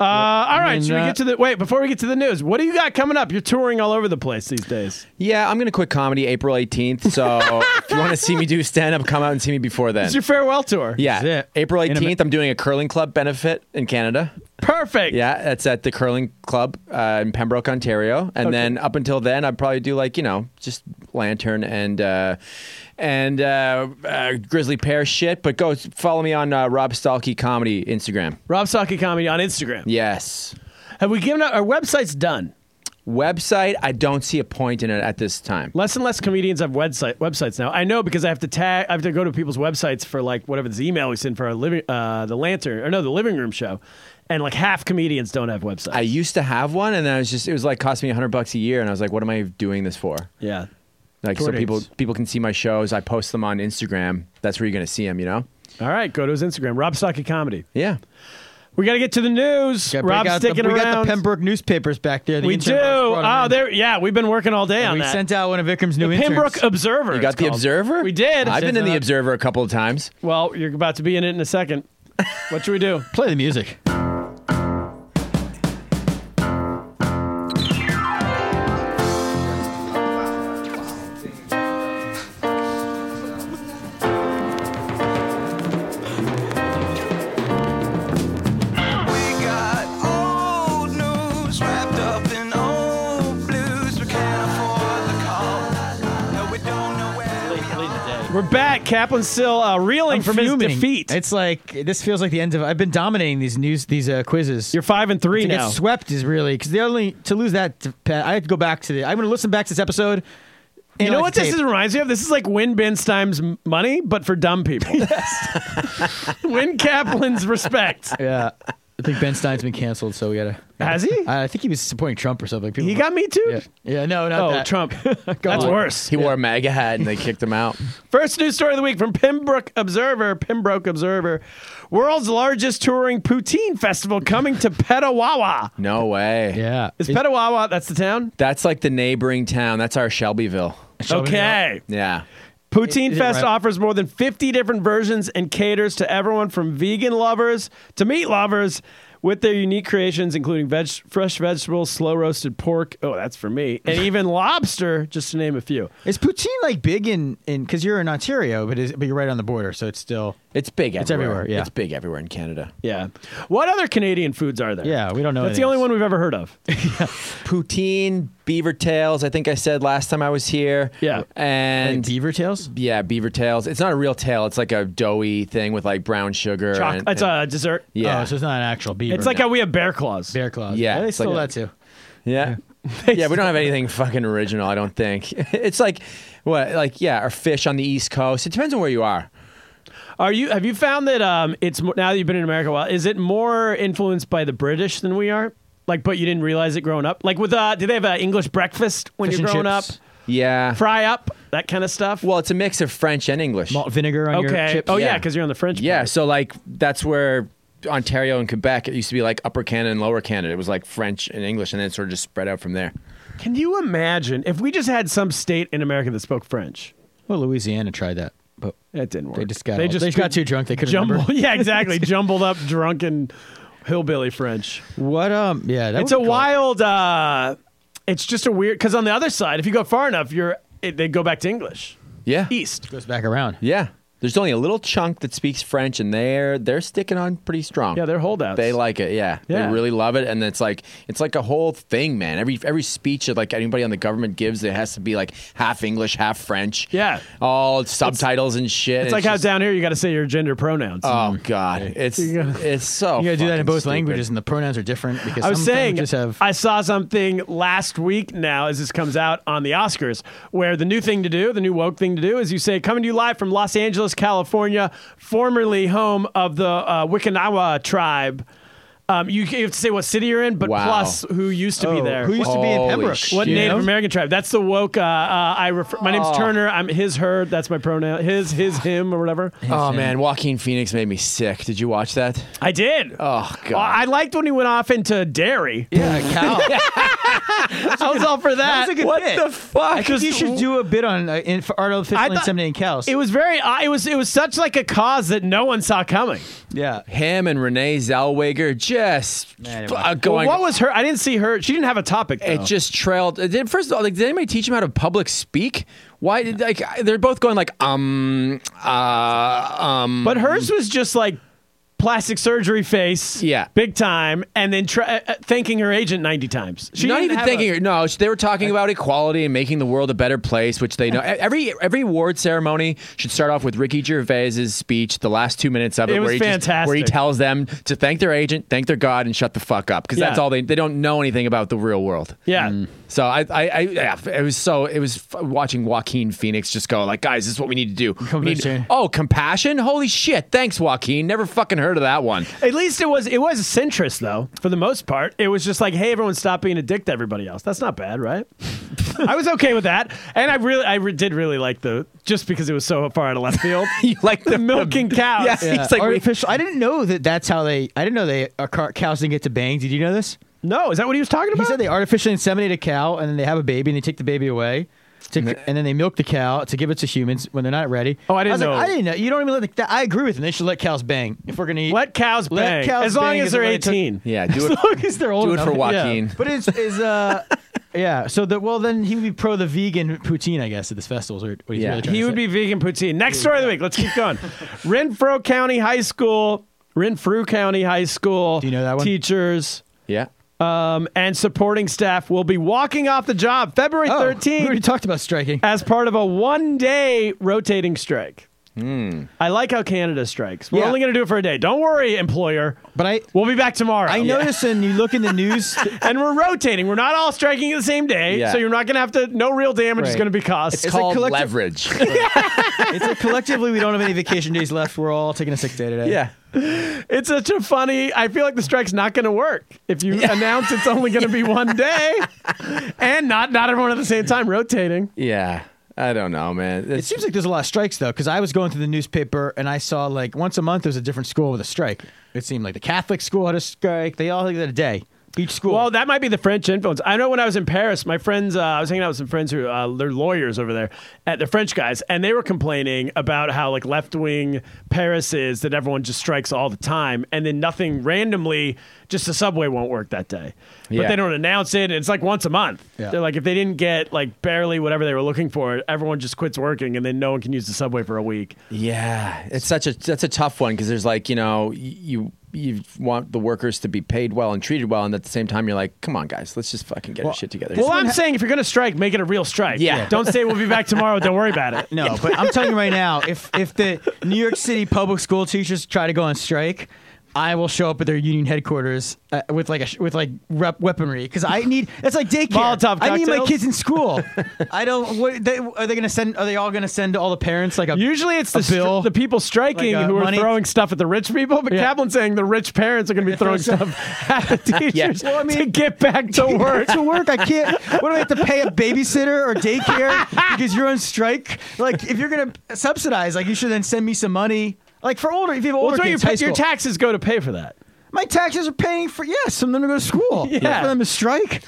S3: Uh, all right.
S4: mean,
S3: should we
S4: uh,
S3: get to the wait? Before we get to the news, what do you got coming up? You're touring all over the place these days.
S6: Yeah, I'm going to quit comedy April 18th. So if you want to see me do stand up, come out and see me before then.
S3: It's your farewell tour.
S6: yeah.
S4: That's it.
S6: April
S4: In a mi-
S6: 18th, I'm doing a curling club benefit in Canada.
S3: Perfect.
S6: Yeah, that's at the curling club uh, in Pembroke, Ontario. And then up until then, I'd probably do like you know just lantern and uh, and uh, uh, grizzly pear shit. But go follow me on uh, Rob Stalky Comedy Instagram.
S3: Rob Saki comedy on Instagram.
S6: Yes.
S3: Have we given out our website's done?
S6: Website, I don't see a point in it at this time.
S3: Less and less comedians have website websites now. I know because I have to tag. I have to go to people's websites for like whatever this email we send for our living, uh, the lantern or no, the living room show, and like half comedians don't have websites.
S6: I used to have one, and then I was just it was like cost me hundred bucks a year, and I was like, what am I doing this for?
S3: yeah,
S6: Like
S3: Tour
S6: so people
S3: dates.
S6: people can see my shows. I post them on Instagram. That's where you're gonna see them. You know?
S3: All right, go to his Instagram, Rob Stocky Comedy.
S6: Yeah.
S3: We got to get to the news.
S4: Gotta break
S3: Rob's
S4: out the-
S3: sticking
S4: we
S3: around.
S4: got the Pembroke newspapers back there. The
S3: we do.
S4: intern brought 'em
S3: Oh,
S4: in.
S3: there. Yeah, we've been working all day on
S4: We
S3: that.
S4: sent out one of Vikram's new
S3: the
S4: interns.
S3: Pembroke uh, Observer.
S6: You got
S3: it's
S6: the
S3: called.
S6: Observer?
S3: We did.
S6: I've been in the
S3: Sent it
S6: Observer a couple of times.
S3: out. Well, you're about to be in it in a second. What should we do?
S4: Play the music.
S5: We got old news wrapped up in old blues. We can't afford the call. No, we don't know where.
S3: We're We're back. Kaplan still uh, reeling
S4: I'm
S3: from
S4: fuming.
S3: his defeat.
S4: It's like this feels like the end of. I've been dominating these news, these uh, quizzes.
S3: You're five and three
S4: to
S3: now.
S4: get swept is really because the only to lose that. to- I had to go back to the. I'm going to listen back to this episode.
S3: You know what this is reminds me of? This is like Win Binstein's m- money, but for dumb people. Win Kaplan's respect.
S4: Yeah, I think Ben Stein's been canceled, so we gotta.
S3: Has he?
S4: I think he was supporting Trump or something. People
S3: He got me too.
S4: Yeah, yeah no, not
S3: Oh,
S4: that.
S3: Trump. That's
S4: on.
S3: worse.
S6: He wore a MAGA hat and they kicked him out.
S3: First news story of the week from Pembroke Observer. Pembroke Observer. World's largest touring poutine festival coming to Petawawa.
S6: No way.
S4: Yeah,
S3: Is Petawawa, that's the town?
S6: That's like the neighboring town. That's our Shelbyville.
S3: Okay.
S6: Yeah.
S3: Poutine
S4: Is it
S3: Fest
S4: right?
S3: offers more than 50 different versions and caters to everyone from vegan lovers to meat lovers with their unique creations, including veg- fresh vegetables, slow roasted pork. Oh, that's for me. And even lobster, just to name a few.
S4: Is poutine like big in in because you're in Ontario, but is, but you're right on the border, so it's still
S6: It's big everywhere.
S4: everywhere, yeah.
S6: It's big everywhere in Canada.
S3: Yeah. What other Canadian foods are there?
S4: yeah. We don't know.
S3: That's
S4: anything
S3: the only
S4: else.
S3: one we've ever heard of.
S6: Poutine, beaver tails. I think I said last time I was here.
S3: Yeah.
S4: Like
S6: And
S4: beaver tails.
S6: yeah, beaver tails. It's not a real tail. It's like a doughy thing with like brown sugar.
S3: Choc-
S6: and-
S3: it's a dessert.
S6: yeah.
S4: Oh, so it's not an actual beaver.
S3: It's like how we have bear claws.
S4: bear claws.
S6: Yeah,
S4: they
S6: it's like
S4: stole
S6: a-
S4: that too.
S6: Yeah. yeah, we don't have anything fucking original, I don't think. It's like what like yeah, or fish on the East Coast. It depends on where you are.
S3: Are you? Have you found that um, it's mo- now that you've been in America a while? Is it more influenced by the British than we are? Like, but you didn't realize it growing up. Like with uh, did they have an English breakfast when
S4: Fish
S3: you're
S4: and
S3: growing
S4: chips.
S3: up?
S6: Yeah.
S3: Fry up that kind of stuff.
S6: Well, it's a mix of French and English.
S4: Malt vinegar on your
S3: okay.
S4: chips.
S3: Oh yeah,
S6: Yeah.
S3: because you're on the French.
S6: Yeah,
S3: part.
S6: so like that's where Ontario and Quebec it used to be like Upper Canada and Lower Canada. It was like French and English and then it sort of just spread out from there.
S3: Can you imagine if we just had some state in America that spoke French?
S4: Well, Louisiana tried that, but
S3: That didn't work.
S4: they just got they just, got too drunk. They couldn't
S3: jumbled.
S4: remember.
S3: Yeah, exactly. jumbled up, drunken, hillbilly French.
S4: What? Um. Yeah. That
S3: it's
S4: would
S3: a
S4: be cool.
S3: wild uh it's just a weird because on the other side if you go far enough you're it, they go back to english
S6: Yeah.
S3: east
S4: Goes back around.
S6: Yeah. There's only a little chunk that speaks French and they're they're sticking on pretty strong.
S3: yeah they're holdouts
S6: They like it, yeah.
S3: Yeah.
S6: They really love it, and it's like it's like a whole thing, man. Every every speech that like anybody on the government gives, it has to be like half English, half French.
S3: Yeah.
S6: all subtitles and shit.
S3: it's like how
S6: just-
S3: down here you got to say your gender pronouns
S6: Oh god, it's it's so.
S4: Mm. You gotta do that in
S6: fucking
S4: both
S6: stupid.
S4: languages, and the pronouns are different because
S3: I was
S4: some
S3: saying,
S4: languages have.
S3: I saw something last week now as this comes out on the Oscars, where the new thing to do, the new woke thing to do, is you say, coming to you live from Los Angeles, California, formerly home of the uh, Wichinawa tribe. Um, you, you have to say what city you're in, but
S6: Wow.
S3: plus who used to be there.
S4: Oh, Who used to be in
S6: Holy
S4: Pembroke?
S6: shit.
S3: What
S4: you
S3: Native
S4: know?
S3: American tribe? That's the woke. Uh, uh, I refer. My name's
S6: Oh.
S3: Turner. I'm his, her. That's my pronoun. His, his, him, or whatever.
S6: Oh man, Joaquin Phoenix made me sick. Did you watch that?
S3: I did.
S6: Oh
S3: Uh, I
S6: god,
S3: liked when he went off into dairy.
S4: Yeah, a cow.
S3: I was all for that.
S4: a good
S3: what
S4: bit.
S3: the fuck?
S4: I think you should do a bit on uh, in, for artificial
S3: I thought-
S4: inseminating cows.
S3: It was very. Uh, it was. It was such like a cause that no one saw coming.
S4: yeah.
S6: him and Renee Zellweger just
S4: Man, it
S6: uh,
S4: was-
S6: going.
S3: well, what was Oh. her? I didn't see her. She didn't have a topic. Though.
S6: It just trailed. it Did, first of all, like, did anybody teach him how to public speak? Why did like I- they're both going like um uh um?
S3: but hers was just like plastic surgery face.
S6: Yeah.
S3: big time. And then tra- uh, thanking her agent ninety times. She
S6: not
S3: didn't
S6: even
S3: have a-
S6: thinking. her no, they were talking about equality and making the world a better place, which they know. Every every award ceremony should start off with Ricky Gervais's speech, the last two minutes of it,
S3: It was
S6: where, he just- where he
S3: fantastic.
S6: tells them to thank their agent, thank their God, and shut the fuck up because that's
S3: Yeah.
S6: all they they don't know anything about the real world. Mm.
S3: yeah.
S6: So I, I, I, yeah, it was so it was f- watching Joaquin Phoenix just go like, guys, this is what we need to do. We need-
S4: Compassion.
S6: oh, compassion! Holy shit! Thanks, Joaquin. Never fucking heard of that one.
S3: At least it was it was centrist though, for the most part. It was just like, hey, everyone, stop being a dick to everybody else. That's not bad, right? I was okay with that, and I really, I re- did really like the just because it was so far out of left field.
S6: You like the,
S3: milking cows.
S6: Yeah,
S4: Yeah,
S6: He's like, we-
S4: artificial. I didn't know that. That's how they. I didn't know they uh, car- cows didn't get to bang. Did you know this?
S3: No, is that what he was talking
S4: He
S3: about?
S4: said they artificially inseminate a cow and then they have a baby and they take the baby away. To, and then they milk the cow to give it to humans when they're not ready.
S3: Oh, I didn't
S4: was like,
S3: know.
S4: I didn't know. You don't even let the, that. I agree with them. They should let cows bang if we're gonna eat.
S3: let cows
S4: Let
S3: bang
S4: cows
S3: as long
S4: bang
S3: as
S4: is
S3: they're
S4: what I took-
S3: eighteen.
S6: yeah, do it.
S4: Because they're old
S6: Do it
S4: enough.
S6: for Joaquin.
S4: Yeah. But it's is uh. Yeah, so the well then he would be pro the vegan poutine, I guess, at this festival. Or what he's
S6: Yeah.
S4: really trying
S3: He
S4: to
S3: would
S4: say.
S3: be vegan poutine. Next story of the week. Let's keep going. Renfro County High School. Renfrew County High School.
S4: Do you know that one?
S3: Teachers
S6: yeah.
S3: um, and supporting staff will be walking off the job February
S4: Oh, We
S3: 13th
S4: already talked about striking.
S3: as part of a one day rotating strike. I like how Canada strikes. We're
S4: Hmm. Yeah.
S3: only going to do it for a day. Don't worry, employer.
S4: But I,
S3: We'll be back tomorrow.
S4: I noticed and you look in the news.
S3: And we're rotating. We're not all striking the same day.
S6: Yeah.
S3: So you're not going to have to, no real damage is
S4: Right.
S3: going to be caused.
S6: It's called
S4: collective-
S6: leverage.
S4: it's like collectively we don't have any vacation days left. We're all taking a sick day today.
S6: yeah.
S3: It's such a funny. I feel like the strike's not going to work if you announce it's only going to be one day, and not not everyone at the same time rotating.
S6: Yeah. I don't know, man.
S4: It seems like there's a lot of strikes though, because I was going through the newspaper and I saw like once a month there's a different school with a strike. It seemed like the Catholic school had a strike. They all had a day. Each school.
S3: Well, that might be the French influence. I know when I was in Paris, my friends, uh, I was hanging out with some friends who uh, they're lawyers over there, at the French guys, and they were complaining about how like left wing Paris is that everyone just strikes all the time, and then nothing randomly, just the subway won't work that day, but
S6: Yeah.
S3: they don't announce it, and it's like once a month.
S4: Yeah.
S3: They're like if they didn't get like barely whatever they were looking for, everyone just quits working, and then no one can use the subway for a week.
S6: Yeah, it's such a that's a tough one because there's like you know y- you you want the workers to be paid well and treated well, and at the same time you're like, come on guys, let's just fucking get our shit together.
S3: Well, I'm saying if you're gonna strike, make it a real strike.
S6: Yeah. Yeah.
S3: Don't say we'll be back tomorrow. Don't worry about it.
S4: no, but I'm telling you right now, if if the New York City public school teachers try to go on strike, I will show up at their union headquarters uh, with like a sh- with like rep weaponry because I need it's like daycare.
S3: Molotov
S4: I need my
S3: cocktails?
S4: kids in school. I don't. What they, are they gonna send? Are they all gonna send all the parents like a
S3: Usually it's the,
S4: a
S3: str-
S4: bill?
S3: the people striking
S4: Like, uh,
S3: who are
S4: money.
S3: throwing stuff at the rich people, but
S4: Yeah.
S3: Kaplan's saying the rich parents are going to be throwing stuff at the teachers
S4: Well, I mean-
S3: to get back to work.
S4: to work. I can't. What do I have to pay a babysitter or daycare because you're on strike? Like, if you're gonna subsidize, like, you should then send me some money. Like for older, if you have
S3: Well,
S4: older
S3: so your,
S4: kids, high
S3: your
S4: school.
S3: taxes go to pay for that.
S4: my taxes are paying for yes, for them to go to school.
S3: Yeah.
S4: Not for them to strike.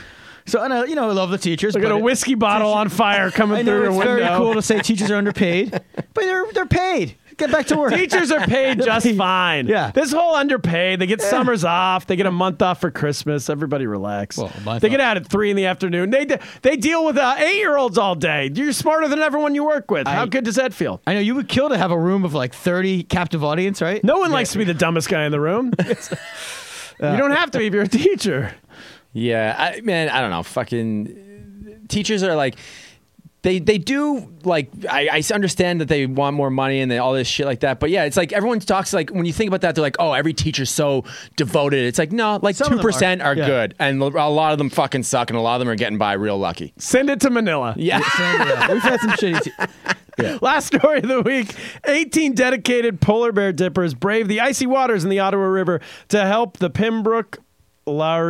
S4: So and I, you know, I love the teachers.
S3: They got
S4: but
S3: a
S4: it-
S3: whiskey bottle on fire
S4: I
S3: coming
S4: know
S3: through your
S4: it's
S3: window.
S4: very cool to say teachers are underpaid, but they're they're paid. Get back to work.
S3: Teachers are paid just fine.
S4: Yeah.
S3: This whole underpaid, they get summers off, they get a month off for Christmas. Everybody relax.
S4: Well, a month
S3: they get
S4: off.
S3: out at three in the afternoon. They de- they deal with uh, eight year olds all day. You're smarter than everyone you work with. How
S4: I-
S3: good does that feel?
S4: I know you would kill to have a room of like 30 captive audience, right?
S3: No one likes to be the dumbest guy in the room. you don't have to be if you're a teacher.
S6: yeah, I, man, I don't know. Fucking teachers are like. They, they do like I, I understand that they want more money and they, all this shit like that but yeah it's like everyone talks like when you think about that they're like oh every teacher's so devoted it's like no like
S4: Some of them
S6: two
S4: are.
S6: percent are,
S4: Yeah.
S6: good and a lot of them fucking suck and a lot of them are getting by real lucky
S3: Send it to Manila.
S6: yeah
S4: Yeah, We've had some shitty. Te-
S3: Last story of the week 18 dedicated polar bear dippers brave the icy waters in the Ottawa River to help the Pembroke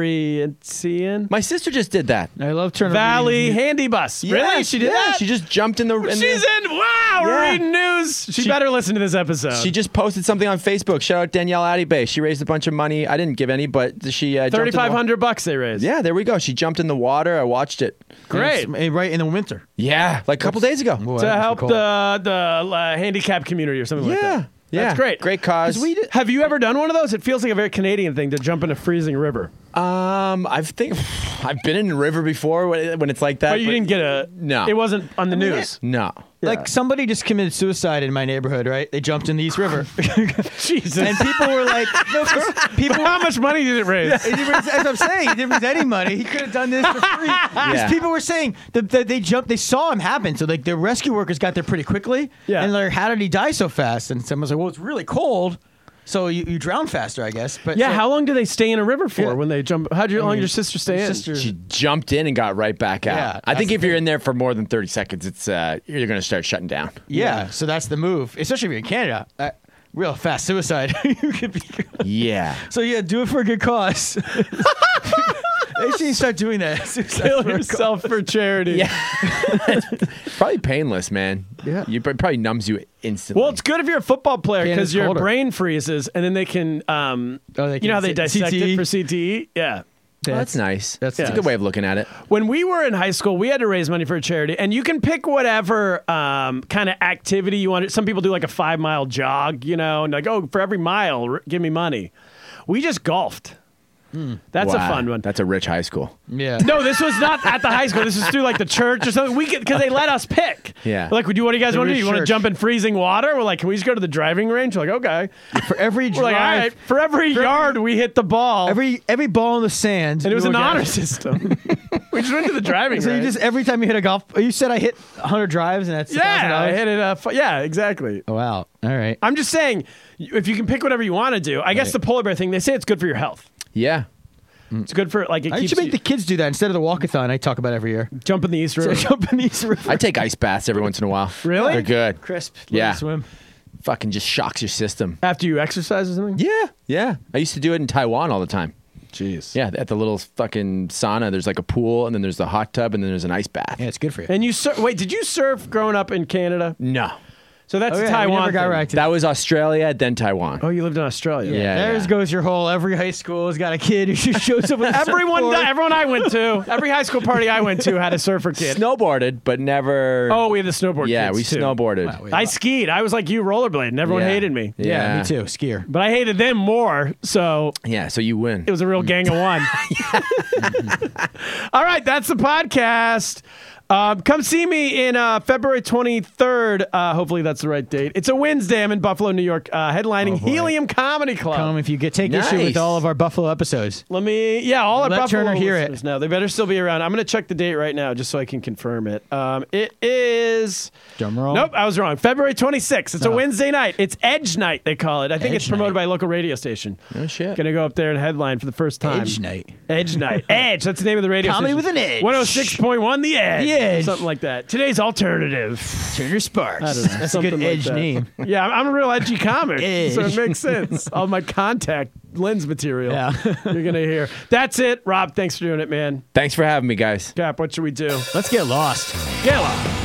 S3: Laurentian
S6: my sister just did that
S4: I love turning
S3: Valley Handy Bus. really? She did that?
S6: She just jumped in the. in
S3: She's
S6: the-
S3: in. Wow, we're
S6: Yeah.
S3: reading news. She,
S6: She-
S3: better listen to this episode.
S6: She just posted something on Facebook. Shout out Danielle Addibay. She raised a bunch of money. I didn't give any, but she uh, jumped in the wa-
S3: 3,500 bucks they raised.
S6: Yeah, there we go. She jumped in the water. I watched it.
S3: Great.
S4: It's- eh, right in the winter.
S6: Yeah, like a couple days ago.
S3: To
S4: That's
S3: help
S4: cool.
S3: the, the uh, handicap community or something like that.
S6: yeah, yeah,
S3: That's great.
S6: Great cause.
S3: We did- Have you ever done one of those? It feels like a very Canadian thing to jump in a freezing river.
S6: um, I think I've been in a river before when when it's like that.
S3: But you didn't get a.
S6: No.
S3: It wasn't on the news.
S6: No.
S4: Like somebody just committed suicide in my neighborhood, right? They jumped in the East River,
S3: Jesus.
S4: and people were like, no, 'cause people.
S3: How much money did it raise?
S4: He didn't raise- As I'm saying, he didn't raise any money. He could have done this for free. 'Cause
S6: Yeah.
S4: people were saying that that they jumped, they saw him happen. So like the rescue workers got there pretty quickly.
S3: Yeah.
S4: And like, how did he die so fast? And someone's like, well, it's really cold, so you, you drown faster, I guess. But
S3: Yeah,
S4: so-
S3: how long do they stay in a river for
S4: Yeah.
S3: when they jump? How do you- how long did your sister stay in?
S4: sister-
S6: She jumped in and got right back out.
S4: Yeah,
S6: I think
S4: that's
S6: if you're in there for more than 30 seconds, it's uh, you're going to start shutting down.
S4: Yeah, So that's the move, especially if you're in Canada. Uh, real fast suicide. you could be.
S6: Yeah.
S4: So yeah, do it for a good cause. they should start doing that. Suicide
S3: Kill
S4: for a
S3: yourself for charity.
S6: Probably painless, man.
S4: Yeah.
S6: You it probably numbs you instantly.
S3: Well, it's good if you're a football player
S4: Yeah,
S3: because
S4: it's
S3: your
S4: colder.
S3: brain freezes, and then they can, um,
S4: Oh, they
S3: you
S4: can
S3: know how they
S4: sit-
S3: dissect it
S4: CTE?
S3: for CTE. Yeah.
S6: Well, that's nice.
S4: That's
S6: That's, a
S4: nice.
S6: good way of looking at it.
S3: When we were in high school, we had to raise money for a charity, and you can pick whatever um, kind of activity you want. Some people do like a five mile jog, you know, and like, oh, for every mile, r- give me money. We just golfed.
S4: Hmm.
S3: That's
S6: Wow.
S3: a fun one.
S6: That's a rich high school.
S4: Yeah.
S3: No, this was not at the high school. This was through like the church or something. We because they let us pick.
S6: Yeah.
S3: Like, do you- what do you guys want to
S4: was
S3: do? You want to
S4: church.
S3: jump in freezing water? We're like, can we just go to the driving range? We're like, okay.
S4: For
S3: We're
S4: every drive,
S3: like, all right. For every yard we hit the ball,
S4: every every ball in the sand,
S3: and it was
S4: you
S3: an
S4: were getting-
S3: honor system. we just went to the driving
S4: So you
S3: range.
S4: just every time you hit a golf, you said I hit 100 drives, and that's
S3: yeah, I
S4: $1,000?
S3: hit it. Uh, fu- yeah, exactly.
S4: Oh, wow. All right.
S3: I'm just saying, if you can pick whatever you want to do, I guess
S4: Right.
S3: the polar bear thing. They say it's good for your health.
S6: Yeah.
S3: It's good for like it
S4: I
S3: keeps
S4: should make
S3: you
S4: the kids do that instead of the walkathon I talk about every year.
S3: jump in the East River.
S4: jump in these rivers.
S6: I take ice baths every once in a while.
S3: Really?
S6: They're good.
S4: Crisp. Let
S6: Yeah.
S4: it Swim.
S6: Fucking just shocks your system.
S3: after you exercise or something.
S6: Yeah. Yeah. I used to do it in Taiwan all the time.
S3: Jeez.
S6: Yeah. At the little fucking sauna, there's like a pool and then there's the hot tub and then there's an ice bath.
S4: Yeah, it's good for you.
S3: And you sur- wait? Did you surf growing up in Canada?
S6: No.
S3: So that's
S4: Oh,
S3: a
S4: yeah, we
S3: Taiwan.
S4: never got
S3: thing.
S4: right to
S6: That was Australia, then Taiwan.
S3: Oh, you lived in Australia.
S6: Yeah,
S4: There's
S6: yeah.
S4: goes your whole. Every high school has got a kid who just shows up. With a
S3: Everyone,
S4: surfboard.
S3: di- everyone I went to, every high school party I went to had a surfer kid.
S6: Snowboarded, but never.
S3: oh, we had the snowboard.
S6: yeah,
S3: kids,
S6: we
S3: too.
S6: snowboarded.
S4: Wow, we-
S3: I skied. I was like you, rollerblading. and Everyone
S6: Yeah.
S3: hated me,
S4: yeah,
S6: Yeah.
S4: me too. Skier.
S3: but I hated them more. So
S6: Yeah, so you win.
S3: it was a real gang of one. All right, that's the podcast. Um, come see me in uh, February 23rd. Uh, hopefully, that's the right date. It's a Wednesday. I'm in Buffalo, New York, uh, headlining
S4: Oh, boy.
S3: Helium Comedy Club.
S4: Come if you get take issue
S6: Nice.
S4: with all of our Buffalo episodes.
S3: Let me, yeah, all our
S4: Let
S3: Buffalo
S4: Turner hear it.
S3: listeners know. They better still be around. I'm going to check the date right now just so I can confirm it. Um, it is.
S4: Drum roll.
S3: Nope, I was wrong. February 26th. It's a
S4: Oh.
S3: Wednesday night. It's Edge Night, they call it. I think it's
S4: Edge
S3: promoted
S4: Night.
S3: by a local radio station.
S6: Oh, shit.
S3: Going to go up there and headline for the first time.
S4: Edge night.
S3: Edge Night. Edge. That's the name of the radio
S4: Comedy
S3: station.
S4: with an edge.
S3: 106.1 The Edge.
S4: The Edge.
S3: Something like that. Today's alternative.
S4: Turner Sparks.
S3: I don't know,
S4: That's a
S3: something
S4: good
S3: like
S4: edge
S3: that.
S4: name.
S3: Yeah, I'm I'm a real edgy comic. So it
S4: Edge.
S3: makes sense. All my contact lens material.
S4: Yeah.
S3: You're going to hear. That's it. Rob, thanks for doing it, man.
S6: Thanks for having me, guys.
S3: Cap, what should we do?
S4: Let's get lost.
S3: Gala.